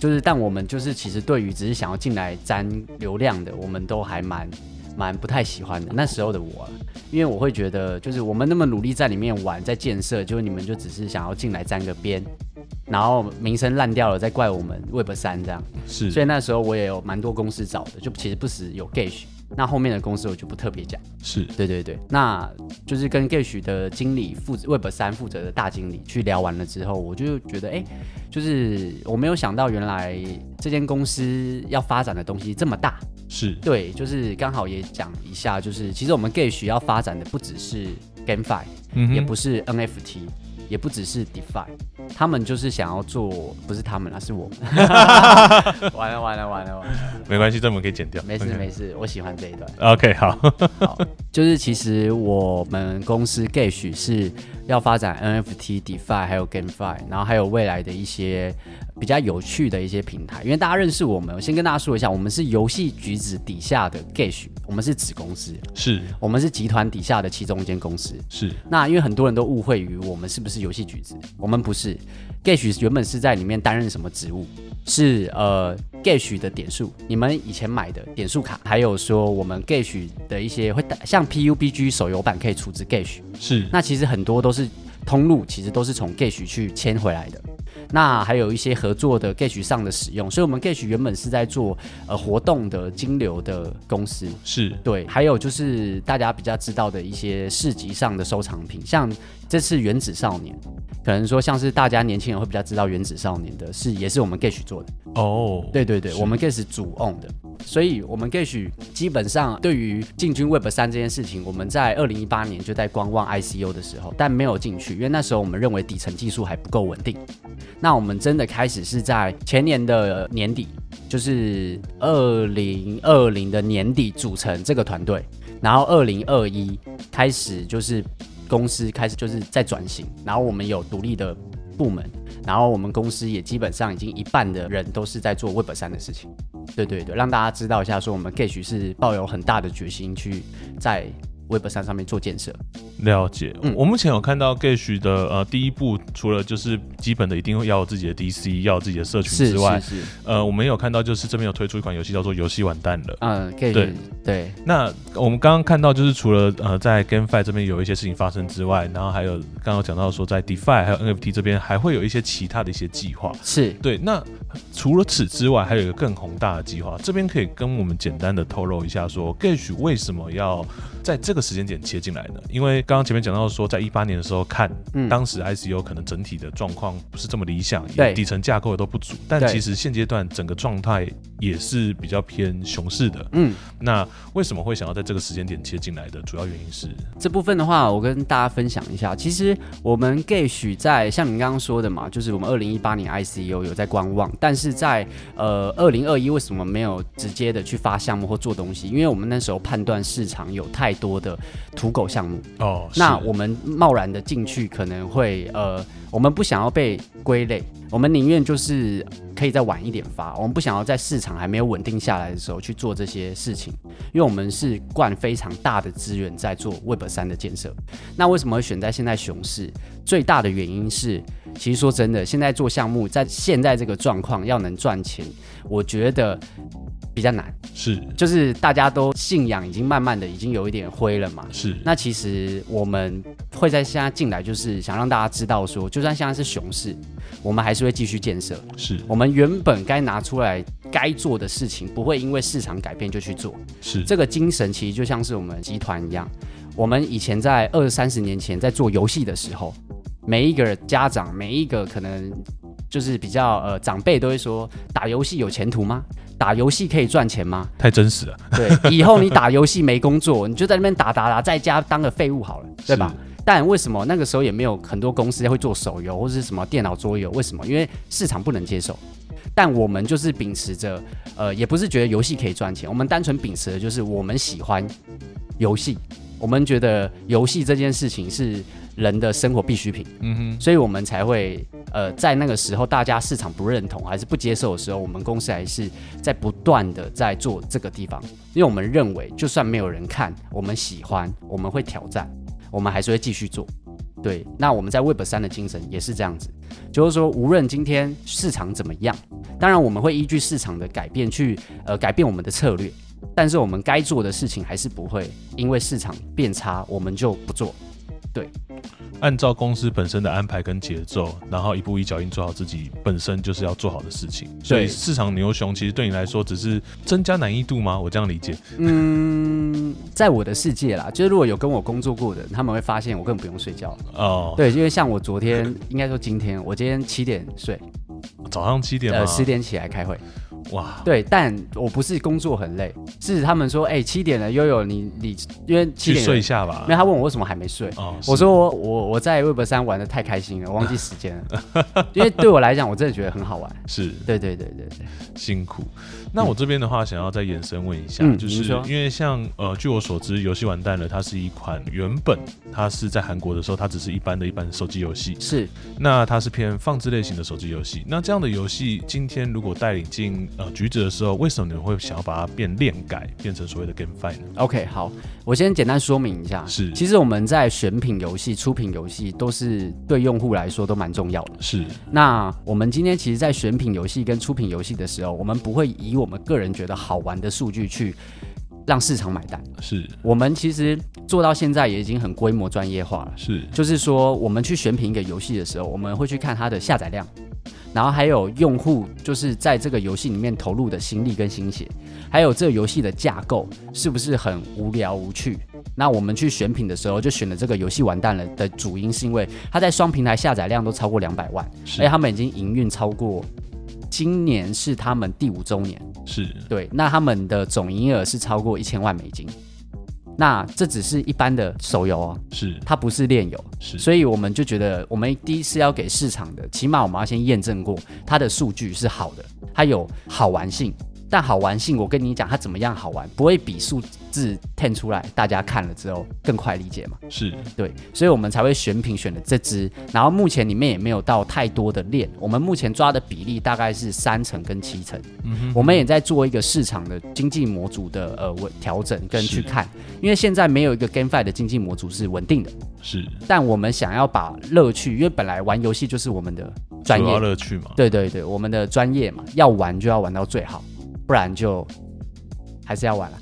Speaker 3: 就是但我们就是其实对于只是想要进来沾流量的，我们都还蛮蛮不太喜欢的。那时候的我啊，因为我会觉得就是我们那么努力在里面玩，在建设，就是你们就只是想要进来沾个边。然后名声烂掉了，再怪我们 Web 三这样，
Speaker 2: 是
Speaker 3: 所以那时候我也有蛮多公司找的，就其实不时有 Gage。那后面的公司我就不特别讲，
Speaker 2: 是
Speaker 3: 对对对，那就是跟 Gage 的经理负责 Web 三负责的大经理去聊完了之后，我就觉得哎、诶就是我没有想到原来这间公司要发展的东西这么大，
Speaker 2: 是
Speaker 3: 对，就是刚好也讲一下，就是其实我们 Gage 要发展的不只是 GameFi，、
Speaker 2: 嗯哼
Speaker 3: 也不是 NFT。也不只是 DeFi，他们就是想要做，不是他们啦，是我们。完了完了完了完了，
Speaker 2: 没关系，这我们可以剪掉。
Speaker 3: 没事
Speaker 2: OK
Speaker 3: 没事，我喜欢这一段。
Speaker 2: OK，好，
Speaker 3: 好， 就是其实我们公司 Gage 是要发展 NFT、DeFi 还有 GameFi，然后还有未来的一些比较有趣的一些平台。因为大家认识我们，我先跟大家说一下，我们是游戏橘子底下的 Gage，我们是子公司，
Speaker 2: 是
Speaker 3: 我们是集团底下的其中一间公司。
Speaker 2: 是
Speaker 3: 那因为很多人都误会于我们是不是游戏橘子，我们不是。Gage 原本是在里面担任什么职务？是呃 Gage 的点数，你们以前买的点数卡，还有说我们 Gage 的一些会打像 PUBG 手游版可以储值 Gage，
Speaker 2: 是
Speaker 3: 那其实很多都是通路，其实都是从 Gage 去签回来的。那还有一些合作的 Gage 上的使用，所以我们 Gage 原本是在做呃活动的金流的公司，
Speaker 2: 是
Speaker 3: 对，还有就是大家比较知道的一些市集上的收藏品，像这次《原子少年》，可能说像是大家年轻人会比较知道《原子少年》的是，也是我们 Gage 做的。
Speaker 2: 哦，
Speaker 3: 对对对，我们 Gage 主 own 的，所以我们 Gage 基本上对于进军 Web 三这件事情，我们在二零一八年就在观望 ICO 的时候，但没有进去，因为那时候我们认为底层技术还不够稳定。那我们真的开始是在前年的年底，就是二零二零的年底组成这个团队，然后二零二一开始就是公司开始就是在转型，然后我们有独立的部门，然后我们公司也基本上已经一半的人都是在做 Web 三的事情。对对对，让大家知道一下，说我们 Gage 是抱有很大的决心去在 Web 三上面做建设。
Speaker 2: 了解。
Speaker 3: 嗯
Speaker 2: 我目前有看到 Gage 的呃第一步，除了就是基本的一定会要有自己的 DC，要有自己的社群
Speaker 3: 是
Speaker 2: 之外
Speaker 3: 是，是，
Speaker 2: 呃，我们也有看到就是这边有推出一款游戏叫做《游戏完蛋了》。
Speaker 3: 嗯
Speaker 2: 对
Speaker 3: ，Gage 对
Speaker 2: 那我们刚刚看到，就是除了呃在 GameFi 这边有一些事情发生之外，然后还有刚刚有讲到说在 DeFi 还有 NFT 这边还会有一些其他的一些计划。
Speaker 3: 是。
Speaker 2: 对，那除了此之外，还有一个更宏大的计划，这边可以跟我们简单的透露一下说 Gage 为什么要在这个时间点切进来呢？因为刚刚前面讲到说，在一八年的时候看，
Speaker 3: 嗯
Speaker 2: 当时 ICO 可能整体的状况不是这么理想，也
Speaker 3: 对
Speaker 2: 底层架构也都不足，但
Speaker 3: 对
Speaker 2: 其实现阶段整个状态也是比较偏熊市的。
Speaker 3: 嗯，
Speaker 2: 那为什么会想要在这个时间点切进来的主要原因是，
Speaker 3: 这部分的话，我跟大家分享一下。其实我们 Gage 在像您刚刚说的嘛，就是我们二零一八年 ICO 有在观望，但是在呃二零二一为什么没有直接的去发项目或做东西？因为我们那时候判断市场有太多的土狗项目，
Speaker 2: 哦，
Speaker 3: 那我们贸然的进去可能会呃，我们不想要被归类，我们宁愿就是可以再晚一点发，我们不想要在市场还没有稳定下来的时候去做这些事情，因为我们是灌非常大的资源在做 Web 三的建设。那为什么会选在现在熊市？最大的原因是，其实说真的，现在做项目在现在这个状况要能赚钱，我觉得比较难，
Speaker 2: 是
Speaker 3: 就是大家都信仰已经慢慢的已经有一点灰了嘛。
Speaker 2: 是
Speaker 3: 那其实我们会在现在进来，就是想让大家知道说，就算现在是熊市，我们还是会继续建设。
Speaker 2: 是
Speaker 3: 我们原本该拿出来该做的事情，不会因为市场改变就去做。
Speaker 2: 是
Speaker 3: 这个精神其实就像是我们集团一样，我们以前在二三十年前在做游戏的时候，每一个家长，每一个可能就是比较呃长辈都会说，打游戏有前途吗？打游戏可以赚钱吗？
Speaker 2: 太真实了，
Speaker 3: 对，以后你打游戏没工作，你就在那边打打打，在家当个废物好了，对吧？但为什么那个时候也没有很多公司会做手游或是什么电脑桌游？为什么？因为市场不能接受。但我们就是秉持着，呃，也不是觉得游戏可以赚钱，我们单纯秉持的就是我们喜欢游戏，我们觉得游戏这件事情是人的生活必需品，
Speaker 2: 嗯哼，
Speaker 3: 所以我们才会，呃，在那个时候大家市场不认同还是不接受的时候，我们公司还是在不断的在做这个地方，因为我们认为就算没有人看，我们喜欢，我们会挑战，我们还是会继续做。对，那我们在 Web 三的精神也是这样子，就是说，无论今天市场怎么样，当然我们会依据市场的改变去呃改变我们的策略，但是我们该做的事情还是不会因为市场变差我们就不做。
Speaker 2: 按照公司本身的安排跟节奏，然后一步一脚印做好自己本身就是要做好的事情。所以市场牛熊其实对你来说只是增加难易度吗？我这样理解
Speaker 3: 嗯，在我的世界啦，就是如果有跟我工作过的人，他们会发现我根本不用睡觉了。
Speaker 2: 哦。
Speaker 3: 对，因为像我昨天，应该说今天，我今天七点睡，
Speaker 2: 早上七点吗？
Speaker 3: 呃，十点起来开会。
Speaker 2: 哇，
Speaker 3: 对，但我不是工作很累，是他们说，哎、七点了，悠悠，你你因为七
Speaker 2: 去
Speaker 3: 点有
Speaker 2: 睡一下吧
Speaker 3: 因为。他问我为什么还没睡，
Speaker 2: 哦，
Speaker 3: 我
Speaker 2: 是
Speaker 3: 说我我我在 Web 三玩的太开心了，我忘记时间了。因为对我来讲，我真的觉得很好玩。
Speaker 2: 是
Speaker 3: 对对对对对，
Speaker 2: 辛苦。那我这边的话，想要再延伸问一下，
Speaker 3: 嗯
Speaker 2: 就是
Speaker 3: 您说
Speaker 2: 因为像呃，据我所知，《游戏完蛋了》它是一款原本它是在韩国的时候，它只是一般的一般手机游戏，
Speaker 3: 是
Speaker 2: 那它是偏放置类型的手机游戏。那这样的游戏，今天如果带领进呃橘子的时候，为什么你们会想要把它变练改，变成所谓的 GameFi 呢？
Speaker 3: OK 好，我先简单说明一下。
Speaker 2: 是
Speaker 3: 其实我们在选品游戏、出品游戏都是对用户来说都蛮重要的。
Speaker 2: 是
Speaker 3: 那我们今天其实，在选品游戏跟出品游戏的时候，我们不会以我们个人觉得好玩的数据去让市场买单。
Speaker 2: 是
Speaker 3: 我们其实做到现在也已经很规模专业化了。
Speaker 2: 是
Speaker 3: 就是说，我们去选品一个游戏的时候，我们会去看它的下载量，然后还有用户就是在这个游戏里面投入的心力跟心血，还有这个游戏的架构是不是很无聊无趣？那我们去选品的时候，就选了这个游戏完蛋了的主因，是因为它在双平台下载量都超过两百万，而
Speaker 2: 是
Speaker 3: 哎且他们已经营运超过，今年是他们第五周年，
Speaker 2: 是
Speaker 3: 对，那他们的总营业额是超过一千万美金。那这只是一般的手游哦，
Speaker 2: 是
Speaker 3: 它不是炼油，
Speaker 2: 是，
Speaker 3: 所以我们就觉得，我们第一是要给市场的，起码我们要先验证过它的数据是好的，它有好玩性。但好玩性，我跟你讲，它怎么样好玩，不会比数字 ten 出来，大家看了之后更快理解嘛？
Speaker 2: 是
Speaker 3: 对，所以我们才会选品选的这支。然后目前里面也没有到太多的链，我们目前抓的比例大概是三成跟七成。
Speaker 2: 嗯
Speaker 3: 我们也在做一个市场的经济模组的呃稳调整跟
Speaker 2: 是
Speaker 3: 去看，因为现在没有一个 GameFi 的经济模组是稳定的。
Speaker 2: 是
Speaker 3: 但我们想要把乐趣，因为本来玩游戏就是我们的专
Speaker 2: 主要
Speaker 3: 业，
Speaker 2: 乐趣嘛，
Speaker 3: 对对对，我们的专业嘛，要玩就要玩到最好，不然就还是要 玩了、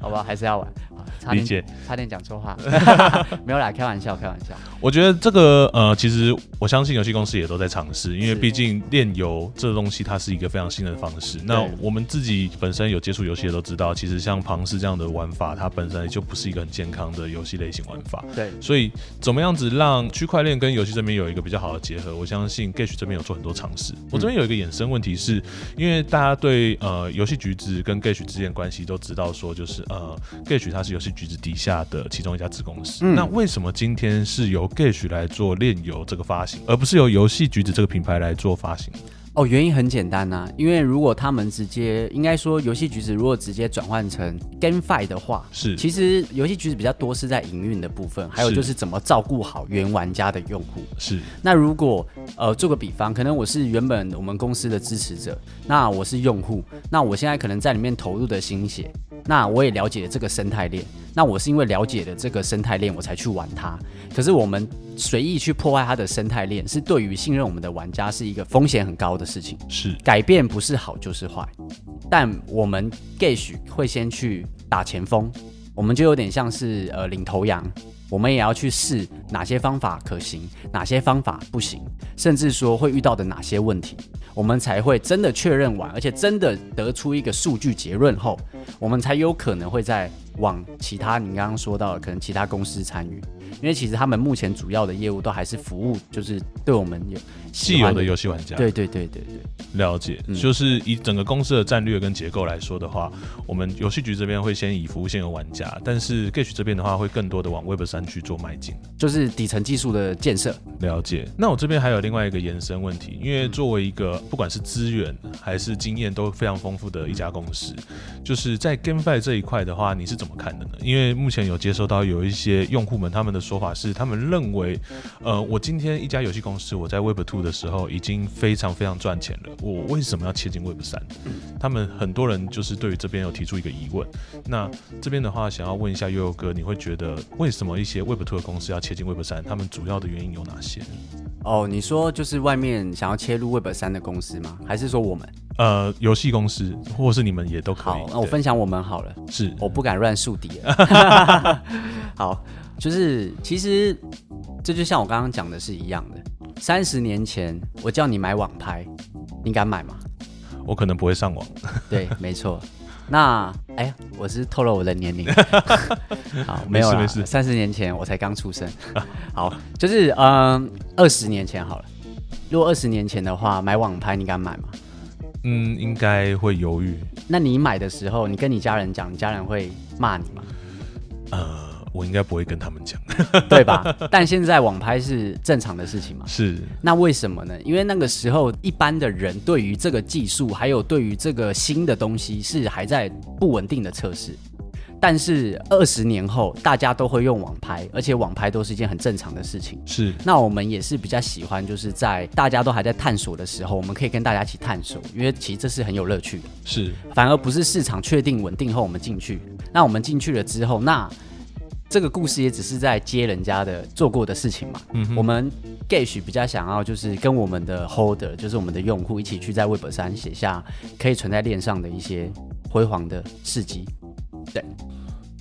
Speaker 3: 好吧，还是要玩。啊差
Speaker 2: 理
Speaker 3: 点
Speaker 2: 解。
Speaker 3: 差点讲错话， 没有啦，开玩笑，开玩笑。
Speaker 2: 我觉得这个呃，其实我相信游戏公司也都在尝试，因为
Speaker 3: 是
Speaker 2: 毕竟炼油这东西它是一个非常新的方式。那我们自己本身有接触游戏的都知道，其实像庞氏这样的玩法，它本身就不是一个很健康的游戏类型玩法。
Speaker 3: 对，
Speaker 2: 所以怎么样子让区块链跟游戏这边有一个比较好的结合？我相信 Gage 这边有做很多尝试。
Speaker 3: 嗯
Speaker 2: 我这边有一个衍生问题是，因为大家对呃游戏橘子跟 Gage 之间的关系都知道，说就是呃 Gage 它是游戏橘子底下的其中一家子公司。
Speaker 3: 嗯
Speaker 2: 那为什么今天是由 Gage 来做炼油这个发行，而不是由游戏橘子这个品牌来做发行？
Speaker 3: 哦，原因很简单呐、因为如果他们直接，应该说游戏橘子如果直接转换成 GameFi 的话，
Speaker 2: 是
Speaker 3: 其实游戏橘子比较多是在营运的部分，还有
Speaker 2: 是
Speaker 3: 就是怎么照顾好原玩家的用户。
Speaker 2: 是
Speaker 3: 那如果呃做个比方，可能我是原本我们公司的支持者，那我是用户，那我现在可能在里面投入的心血，那我也了解这个生态链，那我是因为了解了这个生态链我才去玩它，可是我们随意去破坏它的生态链，是对于信任我们的玩家是一个风险很高的事情。
Speaker 2: 是
Speaker 3: 改变不是好就是坏，但我们 gauge 会先去打前锋，我们就有点像是呃领头羊，我们也要去试哪些方法可行，哪些方法不行，甚至说会遇到的哪些问题，我们才会真的确认完，而且真的得出一个数据结论后，我们才有可能会再往其他你刚刚说到的可能其他公司参与，因为其实他们目前主要的业务都还是服务，就是对我们有
Speaker 2: 既
Speaker 3: 喜
Speaker 2: 有
Speaker 3: 欢
Speaker 2: 的游戏玩家。
Speaker 3: 对对对对对。
Speaker 2: 了解，
Speaker 3: 嗯
Speaker 2: 就是以整个公司的战略跟结构来说的话，我们游戏局这边会先以服务现有玩家，但是 Gage 这边的话会更多的往 Web 三去做迈进。
Speaker 3: 就是底层技术的建设。
Speaker 2: 了解。那我这边还有另外一个延伸问题，因为作为一个不管是资源还是经验都非常丰富的一家公司，就是在 GameFi 这一块的话，你是怎么看的呢？因为目前有接收到有一些用户们他们的说法是，他们认为，呃，我今天一家游戏公司我在 Web Two 的时候已经非常非常赚钱了，我为什么要切进 Web 三？他们很多人就是对于这边有提出一个疑问。那
Speaker 3: 嗯
Speaker 2: 这边的话，想要问一下悠悠哥，你会觉得为什么一些 Web Two 的公司要切进 Web 三？他们主要的原因有哪些？
Speaker 3: 哦，你说就是外面想要切入 Web 三的公司吗？还是说我们？
Speaker 2: 呃，游戏公司或是你们也都可以。
Speaker 3: 好，那我
Speaker 2: 对
Speaker 3: 分享我们好了，
Speaker 2: 是
Speaker 3: 我不敢乱树敌。 好，就是其实这就像我刚刚讲的是一样的。三十年前我叫你买网拍，你敢买吗？
Speaker 2: 我可能不会上网。
Speaker 3: 对，没错。那哎呀，我是透露我的 年龄。好，没有
Speaker 2: 没
Speaker 3: 了
Speaker 2: 事没，事
Speaker 3: 三十年前我才刚出生。 好，就是嗯，二十年前好了。如果二十年前的话，买网拍你敢买吗？
Speaker 2: 嗯，应该会犹豫。
Speaker 3: 那你买的时候，你跟你家人讲，你家人会骂 你吗？
Speaker 2: 呃，我应该不会跟他们 讲。
Speaker 3: 对吧？但现在网拍是正常的事情嘛？
Speaker 2: 是
Speaker 3: 那为什么呢？因为那个时候一般的人对于这个技术，还有对于这个新的东西是还在不稳定的测试。但是二十年后，大家都会用网拍，而且网拍都是一件很正常的事情。
Speaker 2: 是
Speaker 3: 那我们也是比较喜欢，就是在大家都还在探索的时候，我们可以跟大家一起探索，因为其实这是很有乐趣的。
Speaker 2: 是
Speaker 3: 反而不是市场确定稳定后我们进去。那我们进去了之后，那这个故事也只是在接人家的做过的事情嘛。我们 Gage 比较想要就是跟我们的 Holder，就是我们的用户一起去在 Web 三写下可以存在链上的一些辉煌的事迹。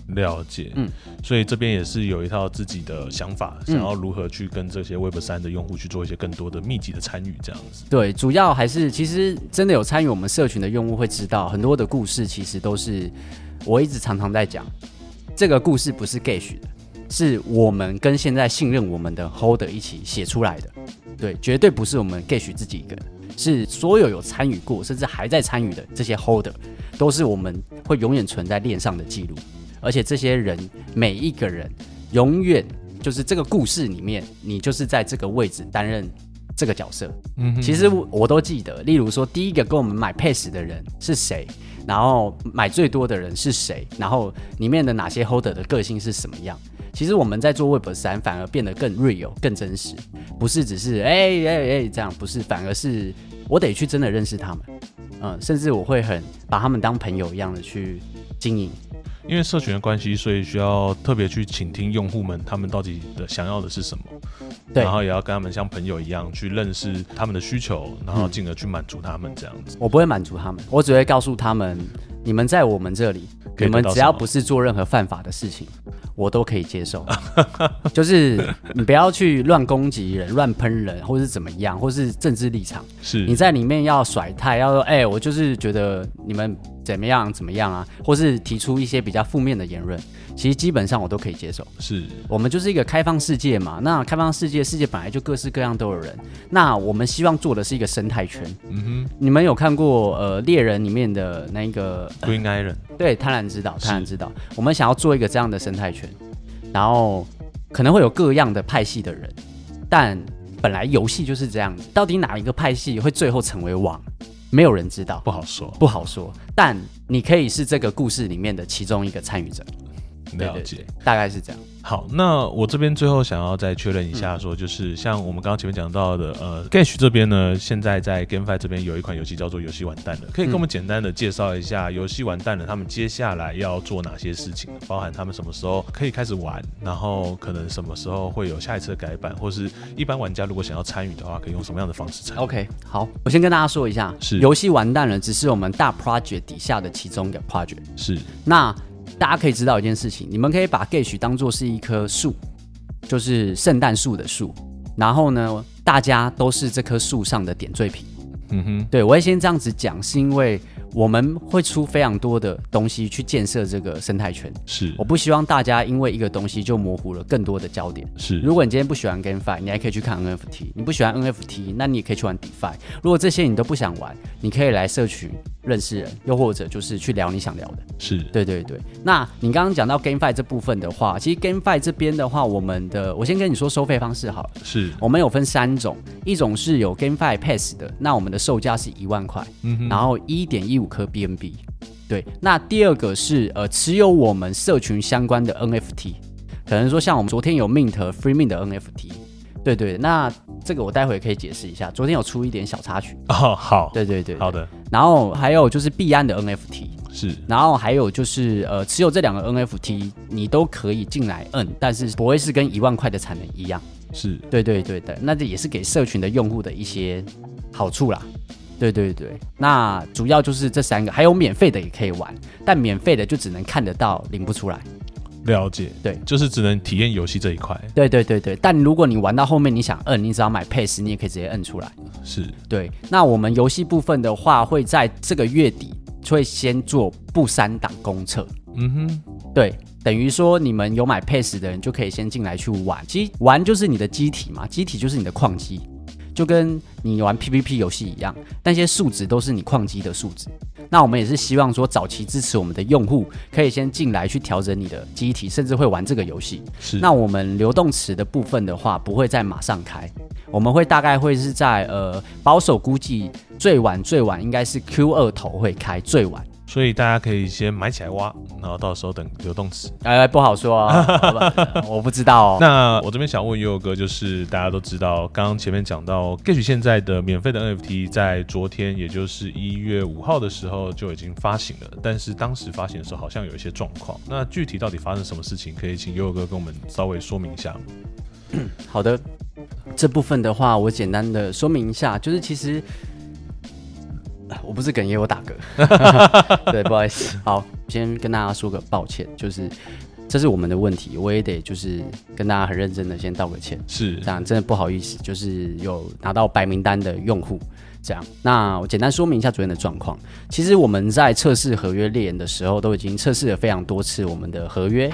Speaker 2: 了解，
Speaker 3: 嗯，
Speaker 2: 所以这边也是有一套自己的想法，
Speaker 3: 嗯
Speaker 2: 想要如何去跟这些 Web 三的用户去做一些更多的密集的参与，这样子。
Speaker 3: 对，主要还是其实真的有参与我们社群的用户会知道，很多的故事其实都是我一直常常在讲，这个故事不是 gay 许的，是我们跟现在信任我们的 holder 一起写出来的。对，绝对不是我们 gay 许自己一个人，是所有有参与过甚至还在参与的这些 holder，都是我们会永远存在链上的记录。而且这些人每一个人永远就是这个故事里面，你就是在这个位置担任这个角色。
Speaker 2: 嗯哼
Speaker 3: 其实我我都记得，例如说第一个跟我们买 pass 的人是谁，然后买最多的人是谁，然后里面的哪些 holder 的个性是什么样。其实我们在做 Web 三，反而变得更 real、更真实，不是只是哎哎哎这样，不是，反而是我得去真的认识他们，嗯，甚至我会很把他们当朋友一样的去经营。
Speaker 2: 因为社群的关系，所以需要特别去倾听用户们他们到底的想要的是什么，
Speaker 3: 对
Speaker 2: 然后也要跟他们像朋友一样去认识他们的需求，然后进而去满足他们这样子。
Speaker 3: 我不会满足他们，我只会告诉他们，你们在我们这里，
Speaker 2: 可以
Speaker 3: 你们
Speaker 2: 得到
Speaker 3: 只要
Speaker 2: 什么
Speaker 3: 不是做任何犯法的事情，我都可以接受。 就是你不要去乱攻击人、乱喷人，或是怎么样，或是政治立场。
Speaker 2: 是，
Speaker 3: 你在里面要甩态，要说，哎、我就是觉得你们怎么样怎么样啊，或是提出一些比较负面的言论，其实基本上我都可以接受。
Speaker 2: 是
Speaker 3: 我们就是一个开放世界嘛，那开放世界，世界本来就各式各样都有人。那我们希望做的是一个生态圈。嗯哼，你们有看过呃猎人里面的那个
Speaker 2: Green Island，
Speaker 3: 对贪婪之岛，
Speaker 2: 是
Speaker 3: 贪婪之岛，我们想要做一个这样的生态圈，然后可能会有各样的派系的人，但本来游戏就是这样子，到底哪一个派系会最后成为王，没有人知道，
Speaker 2: 不好说，
Speaker 3: 不好说。但你可以是这个故事里面的其中一个参与者，对
Speaker 2: 了
Speaker 3: 对
Speaker 2: 解
Speaker 3: 对。，大概是这样。
Speaker 2: 好，那我这边最后想要再确认一下说就是像我们刚刚前面讲到的，呃，Gash 这边呢，现在在 GameFi 这边有一款游戏叫做《游戏完蛋了》，可以跟我们简单的介绍一下《游戏完蛋了》他们接下来要做哪些事情，包含他们什么时候可以开始玩，然后可能什么时候会有下一次的改版，或是一般玩家如果想要参与的话，可以用什么样的方式参与
Speaker 3: OK，好，我先跟大家说一下，
Speaker 2: 是
Speaker 3: 游戏完蛋了，只是我们大 project 底下的其中一个 project。
Speaker 2: 是
Speaker 3: 那大家可以知道一件事情，你们可以把 Gage 当做是一棵树，就是圣诞树的树。然后呢，大家都是这棵树上的点缀品。
Speaker 2: 嗯哼，
Speaker 3: 对我会先这样子讲，是因为我们会出非常多的东西去建设这个生态圈。
Speaker 2: 是
Speaker 3: 我不希望大家因为一个东西就模糊了更多的焦点。
Speaker 2: 是
Speaker 3: 如果你今天不喜欢 GameFi，你还可以去看 NFT；你不喜欢 NFT，那你也可以去玩 DeFi。如果这些你都不想玩，你可以来社群认识人，又或者就是去聊你想聊的。
Speaker 2: 是
Speaker 3: 对对对。那你刚刚讲到 GameFi 这部分的话，其实 GameFi 这边的话，我们的我先跟你说收费方式好了。
Speaker 2: 是
Speaker 3: 我们有分三种，一种是有 GameFi Pass 的，那我们的售价是一万块，
Speaker 2: 嗯
Speaker 3: 然后一点一五颗 BNB。对，那第二个是呃持有我们社群相关的 NFT，可能说像我们昨天有 Mint 和 Free Mint 的 NFT。对对，那这个我待会可以解释一下，昨天有出一点小插曲。
Speaker 2: 哦，好
Speaker 3: 对对对，
Speaker 2: 好。的
Speaker 3: 然后还有就是币安的 NFT，
Speaker 2: 是
Speaker 3: 然后还有就是，呃，持有这两个 NFT，你都可以进来摁，但是不会是跟一万块的产能一样。
Speaker 2: 是
Speaker 3: 对对对的，那这也是给社群的用户的一些好处啦。对对对，那主要就是这三个，还有免费的也可以玩，但免费的就只能看得到，领不出来。
Speaker 2: 了解，
Speaker 3: 对
Speaker 2: 就是只能体验游戏这一块
Speaker 3: 对对对对，但如果你玩到后面你想呃摁，你只要买 Pass，你也可以直接摁出来。
Speaker 2: 是
Speaker 3: 对，那我们游戏部分的话，会在这个月底会先做不删档公测。
Speaker 2: 嗯哼。
Speaker 3: 对，等于说你们有买 Pass 的人就可以先进来去玩。其实玩就是你的机体嘛，机体就是你的矿机，就跟你玩 PVP 游戏一样，那些数值都是你矿机的数值。那我们也是希望说，早期支持我们的用户可以先进来去调整你的机体，甚至会玩这个游戏。
Speaker 2: 是
Speaker 3: 那我们流动池的部分的话，不会再马上开，我们会大概会是在呃保守估计最晚最晚应该是 Q 二头会开最晚。
Speaker 2: 所以大家可以先买起来挖，然后到时候等流动池。
Speaker 3: 哎，不好说啊，好吧我不知道哦。
Speaker 2: 那我这边想问悠悠哥，就是大家都知道，刚刚前面讲到 Gage 现在的免费的 NFT 在昨天，也就是一月五号的时候就已经发行了，但是当时发行的时候好像有一些状况。那具体到底发生什么事情，可以请悠悠哥跟我们稍微说明一下吗。
Speaker 3: 好的，这部分的话，我简单的说明一下，就是其实啊我不 是哽咽，我打嗝。对，不好意思。好，先跟大家说个抱歉，就是这是我们的问题，我也得就是跟大家很认真的先道个歉。
Speaker 2: 是
Speaker 3: 这样真的不好意思，就是有拿到白名单的用户。这样，那我简单说明一下昨天的状况。其实我们在测试合约猎人的时候，都已经测试了非常多次我们的合约，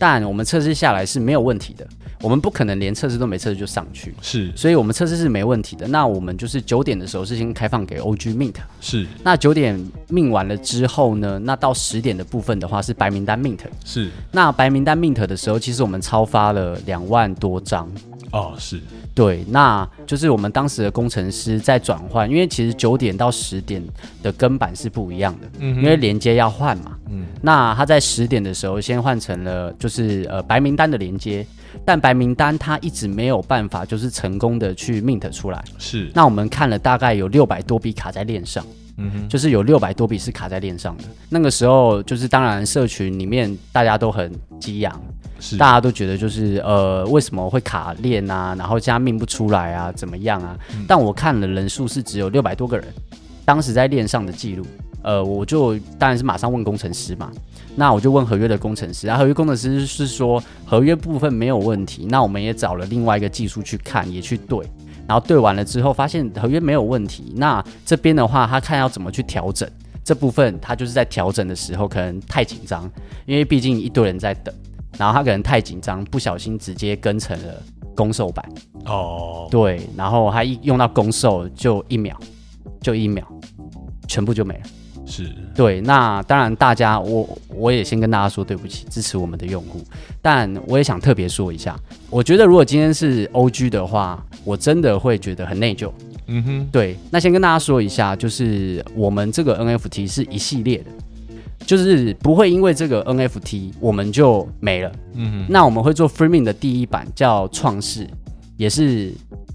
Speaker 3: 但我们测试下来是没有问题的。我们不可能连测试都没测试就上去，
Speaker 2: 是
Speaker 3: 所以我们测试是没问题的。那我们就是九点的时候是先开放给 OG Mint，
Speaker 2: 是
Speaker 3: 那九点 Mint 完了之后呢，那到十点的部分的话是白名单 Mint。
Speaker 2: 是
Speaker 3: 那白名单 Mint 的时候，其实我们超发了两万多张，
Speaker 2: 哦是
Speaker 3: 对，那就是我们当时的工程师在转换，因为其实九点到十点的跟版是不一样的，
Speaker 2: 嗯哼嗯
Speaker 3: 因为连接要换嘛。那他在十点的时候先换成了就是呃白名单的连接，但白名单他一直没有办法就是成功的去 mint 出来。
Speaker 2: 是
Speaker 3: 那我们看了大概有六百多笔卡在链上，
Speaker 2: 嗯哼
Speaker 3: 就是有六百多笔是卡在链上的。那个时候就是当然社群里面大家都很激昂，
Speaker 2: 是
Speaker 3: 大家都觉得就是呃，为什么会卡链啊，然后加命不出来啊，怎么样啊？但我看了人数是只有六百多个人，当时在链上的记录，呃，我就当然是马上问工程师嘛。那我就问合约的工程师，啊然后合约工程师是说合约部分没有问题，那我们也找了另外一个技术去看，也去对，然后对完了之后发现合约没有问题，那这边的话他看要怎么去调整这部分，他就是在调整的时候可能太紧张，因为毕竟一堆人在等。然后他可能太紧张，不小心直接跟成了攻受版，
Speaker 2: 哦
Speaker 3: 对，然后他一用到攻受就一秒，就一秒，全部就没了。
Speaker 2: 是
Speaker 3: 对，那当然大家我我也先跟大家说对不起，支持我们的用户，但我也想特别说一下，我觉得如果今天是 OG 的话，我真的会觉得很内疚。
Speaker 2: 嗯哼
Speaker 3: 对，那先跟大家说一下，就是我们这个 NFT 是一系列的，就是不会因为这个 NFT 我们就没了。
Speaker 2: 嗯哼
Speaker 3: 那我们会做 Freeman 的第一版叫创世，也是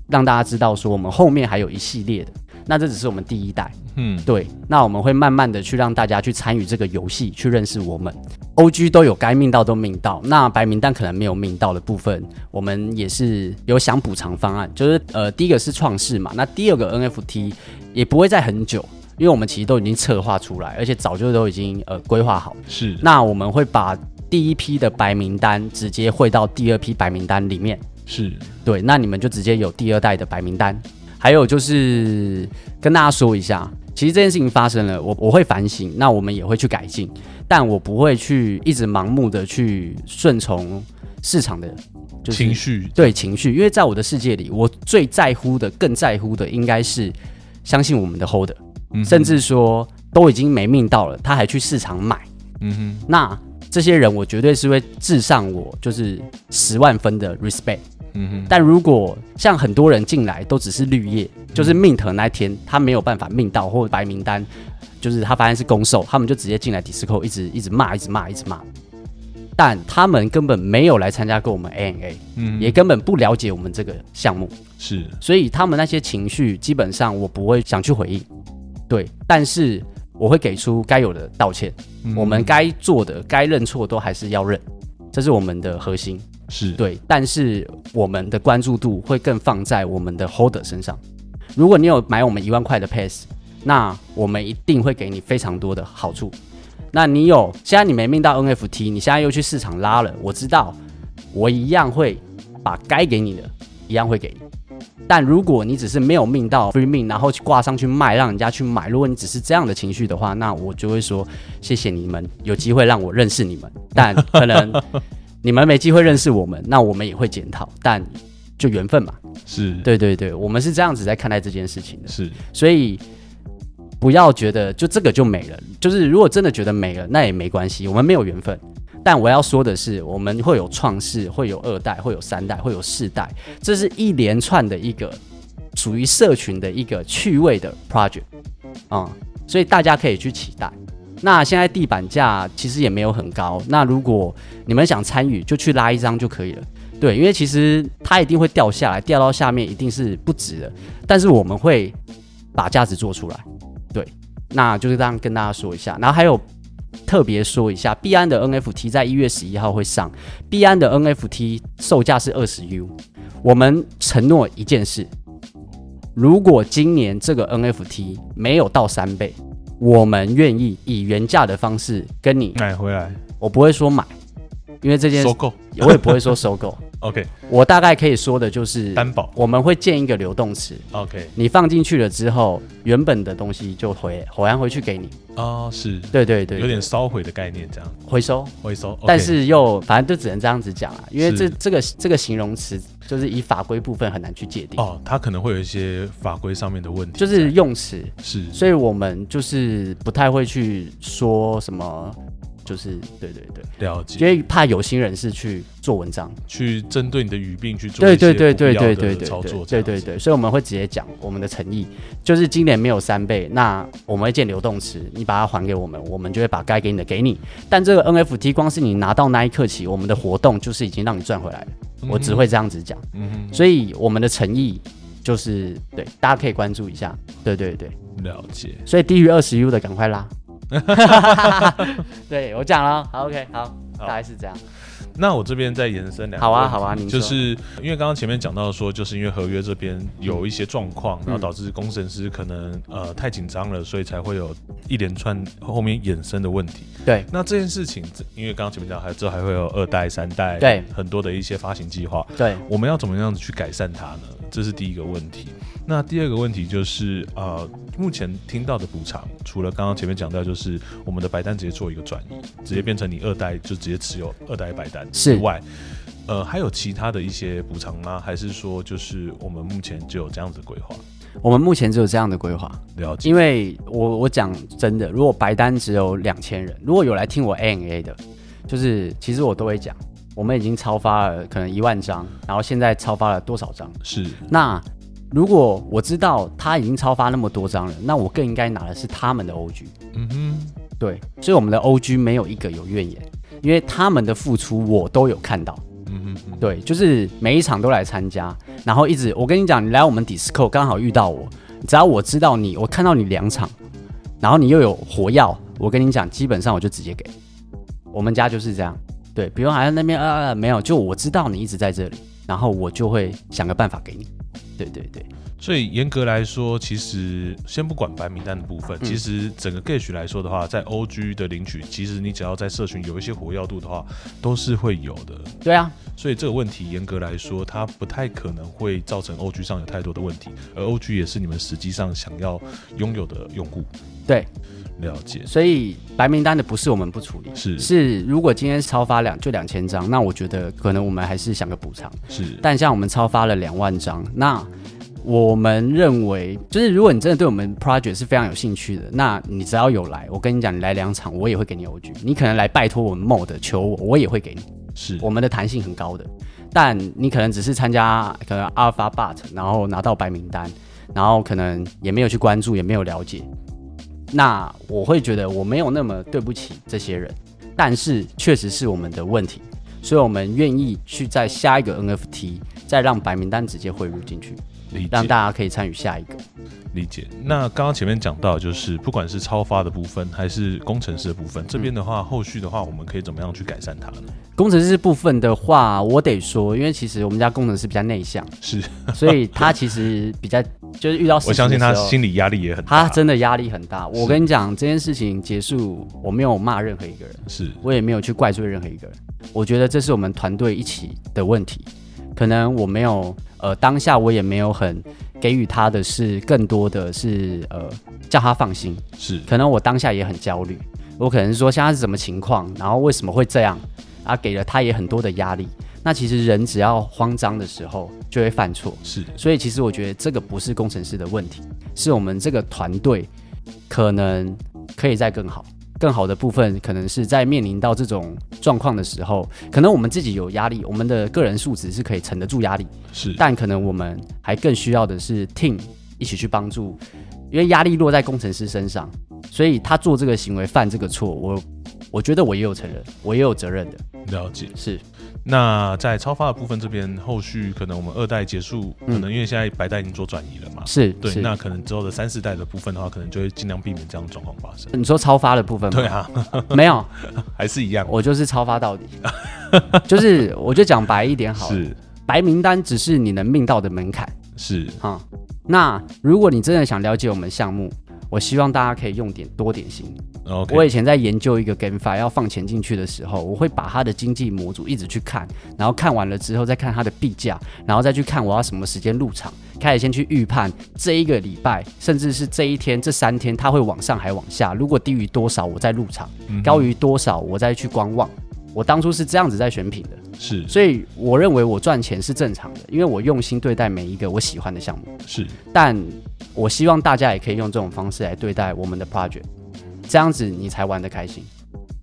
Speaker 3: 让大家知道说我们后面还有一系列的。那这只是我们第一代，
Speaker 2: 嗯
Speaker 3: 对。那我们会慢慢的去让大家去参与这个游戏，去认识我们。OG 都有该命到都命到，那白名单可能没有命到的部分，我们也是有想补偿方案，就是呃，第一个是创世嘛，那第二个 NFT 也不会在很久，因为我们其实都已经策划出来，而且早就都已经呃规划好。
Speaker 2: 是
Speaker 3: 那我们会把第一批的白名单直接汇到第二批白名单里面。
Speaker 2: 是
Speaker 3: 对，那你们就直接有第二代的白名单。还有就是跟大家说一下，其实这件事情发生了，我我会反省，那我们也会去改进，但我不会去一直盲目的去顺从市场的、就是、
Speaker 2: 情绪
Speaker 3: 对情绪，因为在我的世界里，我最在乎的、更在乎的应该是相信我们的 holder，、
Speaker 2: 嗯哼
Speaker 3: 甚至说都已经没命到了，他还去市场买。
Speaker 2: 嗯哼
Speaker 3: 那这些人，我绝对是会致上我就是十万分的 respect。
Speaker 2: 嗯哼
Speaker 3: 但如果像很多人进来都只是绿叶，就是
Speaker 2: 嗯
Speaker 3: mint 那一天他没有办法命到或者白名单，就是他发现是攻售，他们就直接进来 disco 一直一直骂，一直骂，一直骂。但他们根本没有来参加过我们 ANA，、
Speaker 2: 嗯
Speaker 3: 也根本不了解我们这个项目，
Speaker 2: 是
Speaker 3: 所以他们那些情绪基本上我不会想去回应，对，但是我会给出该有的道歉。
Speaker 2: 嗯
Speaker 3: 我们该做的、该认错都还是要认，这是我们的核心。
Speaker 2: 是
Speaker 3: 对，但是我们的关注度会更放在我们的 holder 身上。如果你有买我们一万块的 pass，那我们一定会给你非常多的好处。那你有现在你没命到 NFT，你现在又去市场拉了，我知道，我一样会把该给你的一样会给你。但如果你只是没有命到 free 命，然后去挂上去卖，让人家去买，如果你只是这样的情绪的话，那我就会说谢谢你们，有机会让我认识你们，但可能你们没机会认识我们，那我们也会检讨，但就缘分嘛。
Speaker 2: 是
Speaker 3: 对对对，我们是这样子在看待这件事情的，
Speaker 2: 是
Speaker 3: 所以不要觉得就这个就没了，就是如果真的觉得没了，那也没关系，我们没有缘分。但我要说的是，我们会有创世，会有二代，会有三代，会有四代，这是一连串的一个属于社群的一个趣味的 project 啊、所以大家可以去期待。那现在地板价其实也没有很高，那如果你们想参与，就去拉一张就可以了。对，因为其实它一定会掉下来，掉到下面一定是不值的，但是我们会把价值做出来。对，那就是这样跟大家说一下，然后还有。特别说一下，币安的 NFT 在一月十一号会上，币安的 NFT 售价是二十 U。我们承诺一件事，如果今年这个 NFT 没有到三倍，我们愿意以原价的方式跟你
Speaker 2: 买回来
Speaker 3: 我不会说买，因为这件
Speaker 2: 收购
Speaker 3: 我也不会说收购，
Speaker 2: ，OK
Speaker 3: 我大概可以说的就是
Speaker 2: 担保
Speaker 3: 我们会建一个流动池，
Speaker 2: OK
Speaker 3: 你放进去了之后，原本的东西就回回还回去给你。
Speaker 2: 啊，是
Speaker 3: 对对对，
Speaker 2: 有点烧毁的概念，这样
Speaker 3: 回收。
Speaker 2: 回收，OK，
Speaker 3: 但是又反正就只能这样子讲啦，啊因为这
Speaker 2: 是
Speaker 3: 这个这个形容词就是以法规部分很难去界定，
Speaker 2: 哦，它可能会有一些法规上面的问题，
Speaker 3: 就是用词，
Speaker 2: 是
Speaker 3: 所以我们就是不太会去说什么，就是对对对，
Speaker 2: 了
Speaker 3: 因
Speaker 2: 解，
Speaker 3: 为怕有心人士去做文章，
Speaker 2: 去针对你的语病去做
Speaker 3: 对
Speaker 2: 一些
Speaker 3: 对对
Speaker 2: 不
Speaker 3: 对
Speaker 2: 必要
Speaker 3: 对
Speaker 2: 的
Speaker 3: 对对
Speaker 2: 操作，
Speaker 3: 对对对，对，所以我们会直接讲我们的诚意，就是今年没有三倍，那我们会建流动池，你把它还给我们，我们就会把该给你的给你。但这个 NFT 光是你拿到那一刻起，我们的活动就是已经让你赚回来了，我只会这样子讲，
Speaker 2: 嗯
Speaker 3: 所以我们的诚意就是对，大家可以关注一下，对对对，
Speaker 2: 哼了解，
Speaker 3: 所以低于二十 U 的赶 快拉。对我讲了好，OK，好，
Speaker 2: 好
Speaker 3: 大概是这样。
Speaker 2: 那我这边再延伸两个
Speaker 3: 好啊
Speaker 2: 问题
Speaker 3: 好啊您说
Speaker 2: 就是因为刚刚前面讲到说，就是因为合约这边有一些状
Speaker 3: 嗯
Speaker 2: 况，然后导致工程师可能呃太紧张了，所以才会有一连串后面衍生的问题。
Speaker 3: 对
Speaker 2: 那这件事情，因为刚刚前面讲，还之后还会有二代、三代，
Speaker 3: 对
Speaker 2: 很多的一些发行计划，
Speaker 3: 对，
Speaker 2: 我们要怎么样子去改善它呢？这是第一个问题。那第二个问题就是，呃，目前听到的补偿，除了刚刚前面讲到，就是我们的白单直接做一个转移，直接变成你二代就直接持有二代白单之
Speaker 3: 是
Speaker 2: 外，呃，还有其他的一些补偿吗？还是说就是我们目前就有这样子的规划？
Speaker 3: 我们目前只有这样的规划，
Speaker 2: 了解，
Speaker 3: 因为我我讲真的，如果白单只有两千人，如果有来听我 ANA 的，就是其实我都会讲，我们已经超发了可能一万张，然后现在超发了多少张？
Speaker 2: 是
Speaker 3: 那如果我知道他已经超发那么多张了，那我更应该拿的是他们的 OG。
Speaker 2: 嗯哼，
Speaker 3: 对，所以我们的 OG 没有一个有怨言，因为他们的付出我都有看到。
Speaker 2: 嗯哼，嗯，
Speaker 3: 对，就是每一场都来参加，然后一直我跟你讲，你来我们 Disco 刚好遇到我，只要我知道你，我看到你两场，然后你又有火药，我跟你讲，基本上我就直接给。我们家就是这样，对，不用还在那边呃呃没有，就我知道你一直在这里，然后我就会想个办法给你。对对对，
Speaker 2: 所以严格来说，其实先不管白名单的部
Speaker 3: 嗯
Speaker 2: 分，其实整个 Gage 来说的话，在 OG 的领取，其实你只要在社群有一些活跃度的话，都是会有的。
Speaker 3: 对啊，
Speaker 2: 所以这个问题严格来说，它不太可能会造成 OG 上有太多的问题，而 OG 也是你们实际上想要拥有的用户。
Speaker 3: 对，
Speaker 2: 了解，
Speaker 3: 所以白名单的不是我们不处理。
Speaker 2: 是
Speaker 3: 嗯是，如果今天超发两就两千张，那我觉得可能我们还是想个补偿。
Speaker 2: 是，
Speaker 3: 但像我们超发了两万张，那我们认为，就是如果你真的对我们 project 是非常有兴趣的，那你只要有来，我跟你讲，你来两场，我也会给你 OG。你可能来拜托我们 mod 求我，我也会给你。
Speaker 2: 是
Speaker 3: 我们的弹性很高的，但你可能只是参加可能 Alpha Bot，然后拿到白名单，然后可能也没有去关注，也没有了解。那我会觉得我没有那么对不起这些人，但是确实是我们的问题，所以我们愿意去在下一个 NFT 再让白名单直接汇入进去，
Speaker 2: 理解
Speaker 3: 让。大家可以参与下一个。
Speaker 2: 理解。那刚刚前面讲到，就是不管是超发的部分，还是工程师的部分，这边的话，后续的话，我们可以怎么样去改善它呢？
Speaker 3: 工程师部分的话，我得说，因为其实我们家工程师比较内向，
Speaker 2: 是，
Speaker 3: 所以他其实比较就是遇到事情
Speaker 2: 我相信
Speaker 3: 的
Speaker 2: 他
Speaker 3: 时候
Speaker 2: 心理压力也很大。
Speaker 3: 他真的压力很大。
Speaker 2: 啊是
Speaker 3: 我跟你讲，这件事情结束，我没有骂任何一个人，
Speaker 2: 是
Speaker 3: 我也没有去怪罪任何一个人。我觉得这是我们团队一起的问题。可能我没有，呃，当下我也没有很给予他的是更多的是呃叫他放心。
Speaker 2: 是
Speaker 3: 可能我当下也很焦虑，我可能说现在是什么情况，然后为什么会这样，啊，给了他也很多的压力。那其实人只要慌张的时候就会犯错，
Speaker 2: 是
Speaker 3: 所以其实我觉得这个不是工程师的问题，是我们这个团队可能可以再更好。更好的部分可能是在面临到这种状况的时候，可能我们自己有压力，我们的个人素质是可以承得住压力，
Speaker 2: 是，
Speaker 3: 但可能我们还更需要的是 team 一起去帮助，因为压力落在工程师身上，所以他做这个行为犯这个错，我我觉得我也有承认，我也有责任的，
Speaker 2: 了解。
Speaker 3: 是
Speaker 2: 那在超发的部分这边，后续可能我们二代结束，可能因为现在白带已经做转移了嘛，
Speaker 3: 嗯是
Speaker 2: 对，
Speaker 3: 是
Speaker 2: 那可能之后的三四代的部分的话，可能就会尽量避免这样的状况发生。
Speaker 3: 你说超发的部分吗？
Speaker 2: 对啊，
Speaker 3: 没有，
Speaker 2: 还是一样，
Speaker 3: 嗯我就是超发到底， 就是我就讲白一点好了，
Speaker 2: 是
Speaker 3: 白名单只是你能命到的门槛
Speaker 2: 是
Speaker 3: 哈、那如果你真的想了解我们项目，我希望大家可以用点多点心。
Speaker 2: OK，
Speaker 3: 我以前在研究一个 GameFi 要放钱进去的时候，我会把它的经济模组一直去看，然后看完了之后再看它的币价，然后再去看我要什么时间入场，开始先去预判这一个礼拜，甚至是这一天、这三天它会往上还往下。如果低于多少，我再入场；
Speaker 2: 嗯哼
Speaker 3: 高于多少，我再去观望。我当初是这样子在选品的，
Speaker 2: 是
Speaker 3: 所以我认为我赚钱是正常的，因为我用心对待每一个我喜欢的项目。
Speaker 2: 是
Speaker 3: 但我希望大家也可以用这种方式来对待我们的 project，这样子你才玩得开心。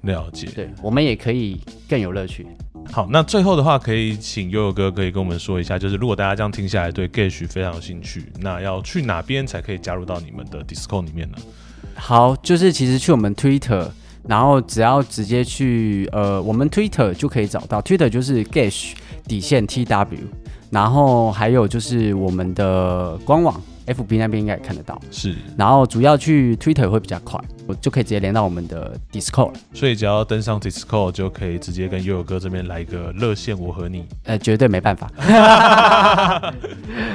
Speaker 2: 了解。
Speaker 3: 对，我们也可以更有乐趣。
Speaker 2: 好，那最后的话，可以请悠悠哥可以跟我们说一下，就是如果大家这样听下来对 Gage 非常有兴趣，那要去哪边才可以加入到你们的 Discord 里面呢？
Speaker 3: 好，就是其实去我们 Twitter，然后只要直接去呃，我们 Twitter 就可以找到，Twitter 就是 Gash 底线 TW，然后还有就是我们的官网 FB 那边应该也看得到，
Speaker 2: 是，
Speaker 3: 然后主要去 Twitter 会比较快，我就可以直接连到我们的 Discord 了，
Speaker 2: 所以只要登上 Discord 就可以直接跟悠悠哥这边来一个热线，我 和你。
Speaker 3: 呃，绝对没办法。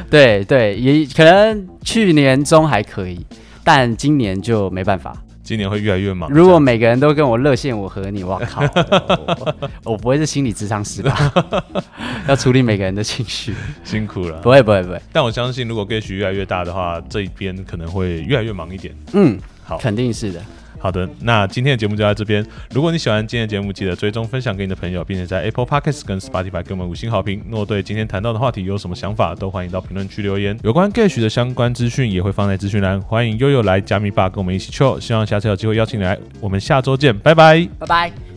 Speaker 3: 对对，也可能去年中还可以，但今年就没办法。
Speaker 2: 今年会越来越忙，
Speaker 3: 如果每个人都跟我热线，我和你，我 靠，我我不会是心理智商师吧？ 要处理每个人的情绪，
Speaker 2: 辛苦了
Speaker 3: 不。会不会不会，
Speaker 2: 但我相信，如果 Gage 越来越大的话，这一边可能会越来越忙一点。
Speaker 3: 嗯，
Speaker 2: 好
Speaker 3: 肯定是的。
Speaker 2: 好的，那今天的节目就到这边。如果你喜欢今天的节目，记得追踪分享给你的朋友，并且在 Apple Podcast 跟 Spotify 给我们五星好评。若对今天谈到的话题有什么想法，都欢迎到评论区留言。有关 Gage 的相关资讯也会放在资讯栏，欢迎悠悠来加密吧，跟我们一起 chill。希望下次有机会邀请你来，我们下周见，拜拜。
Speaker 3: 拜拜。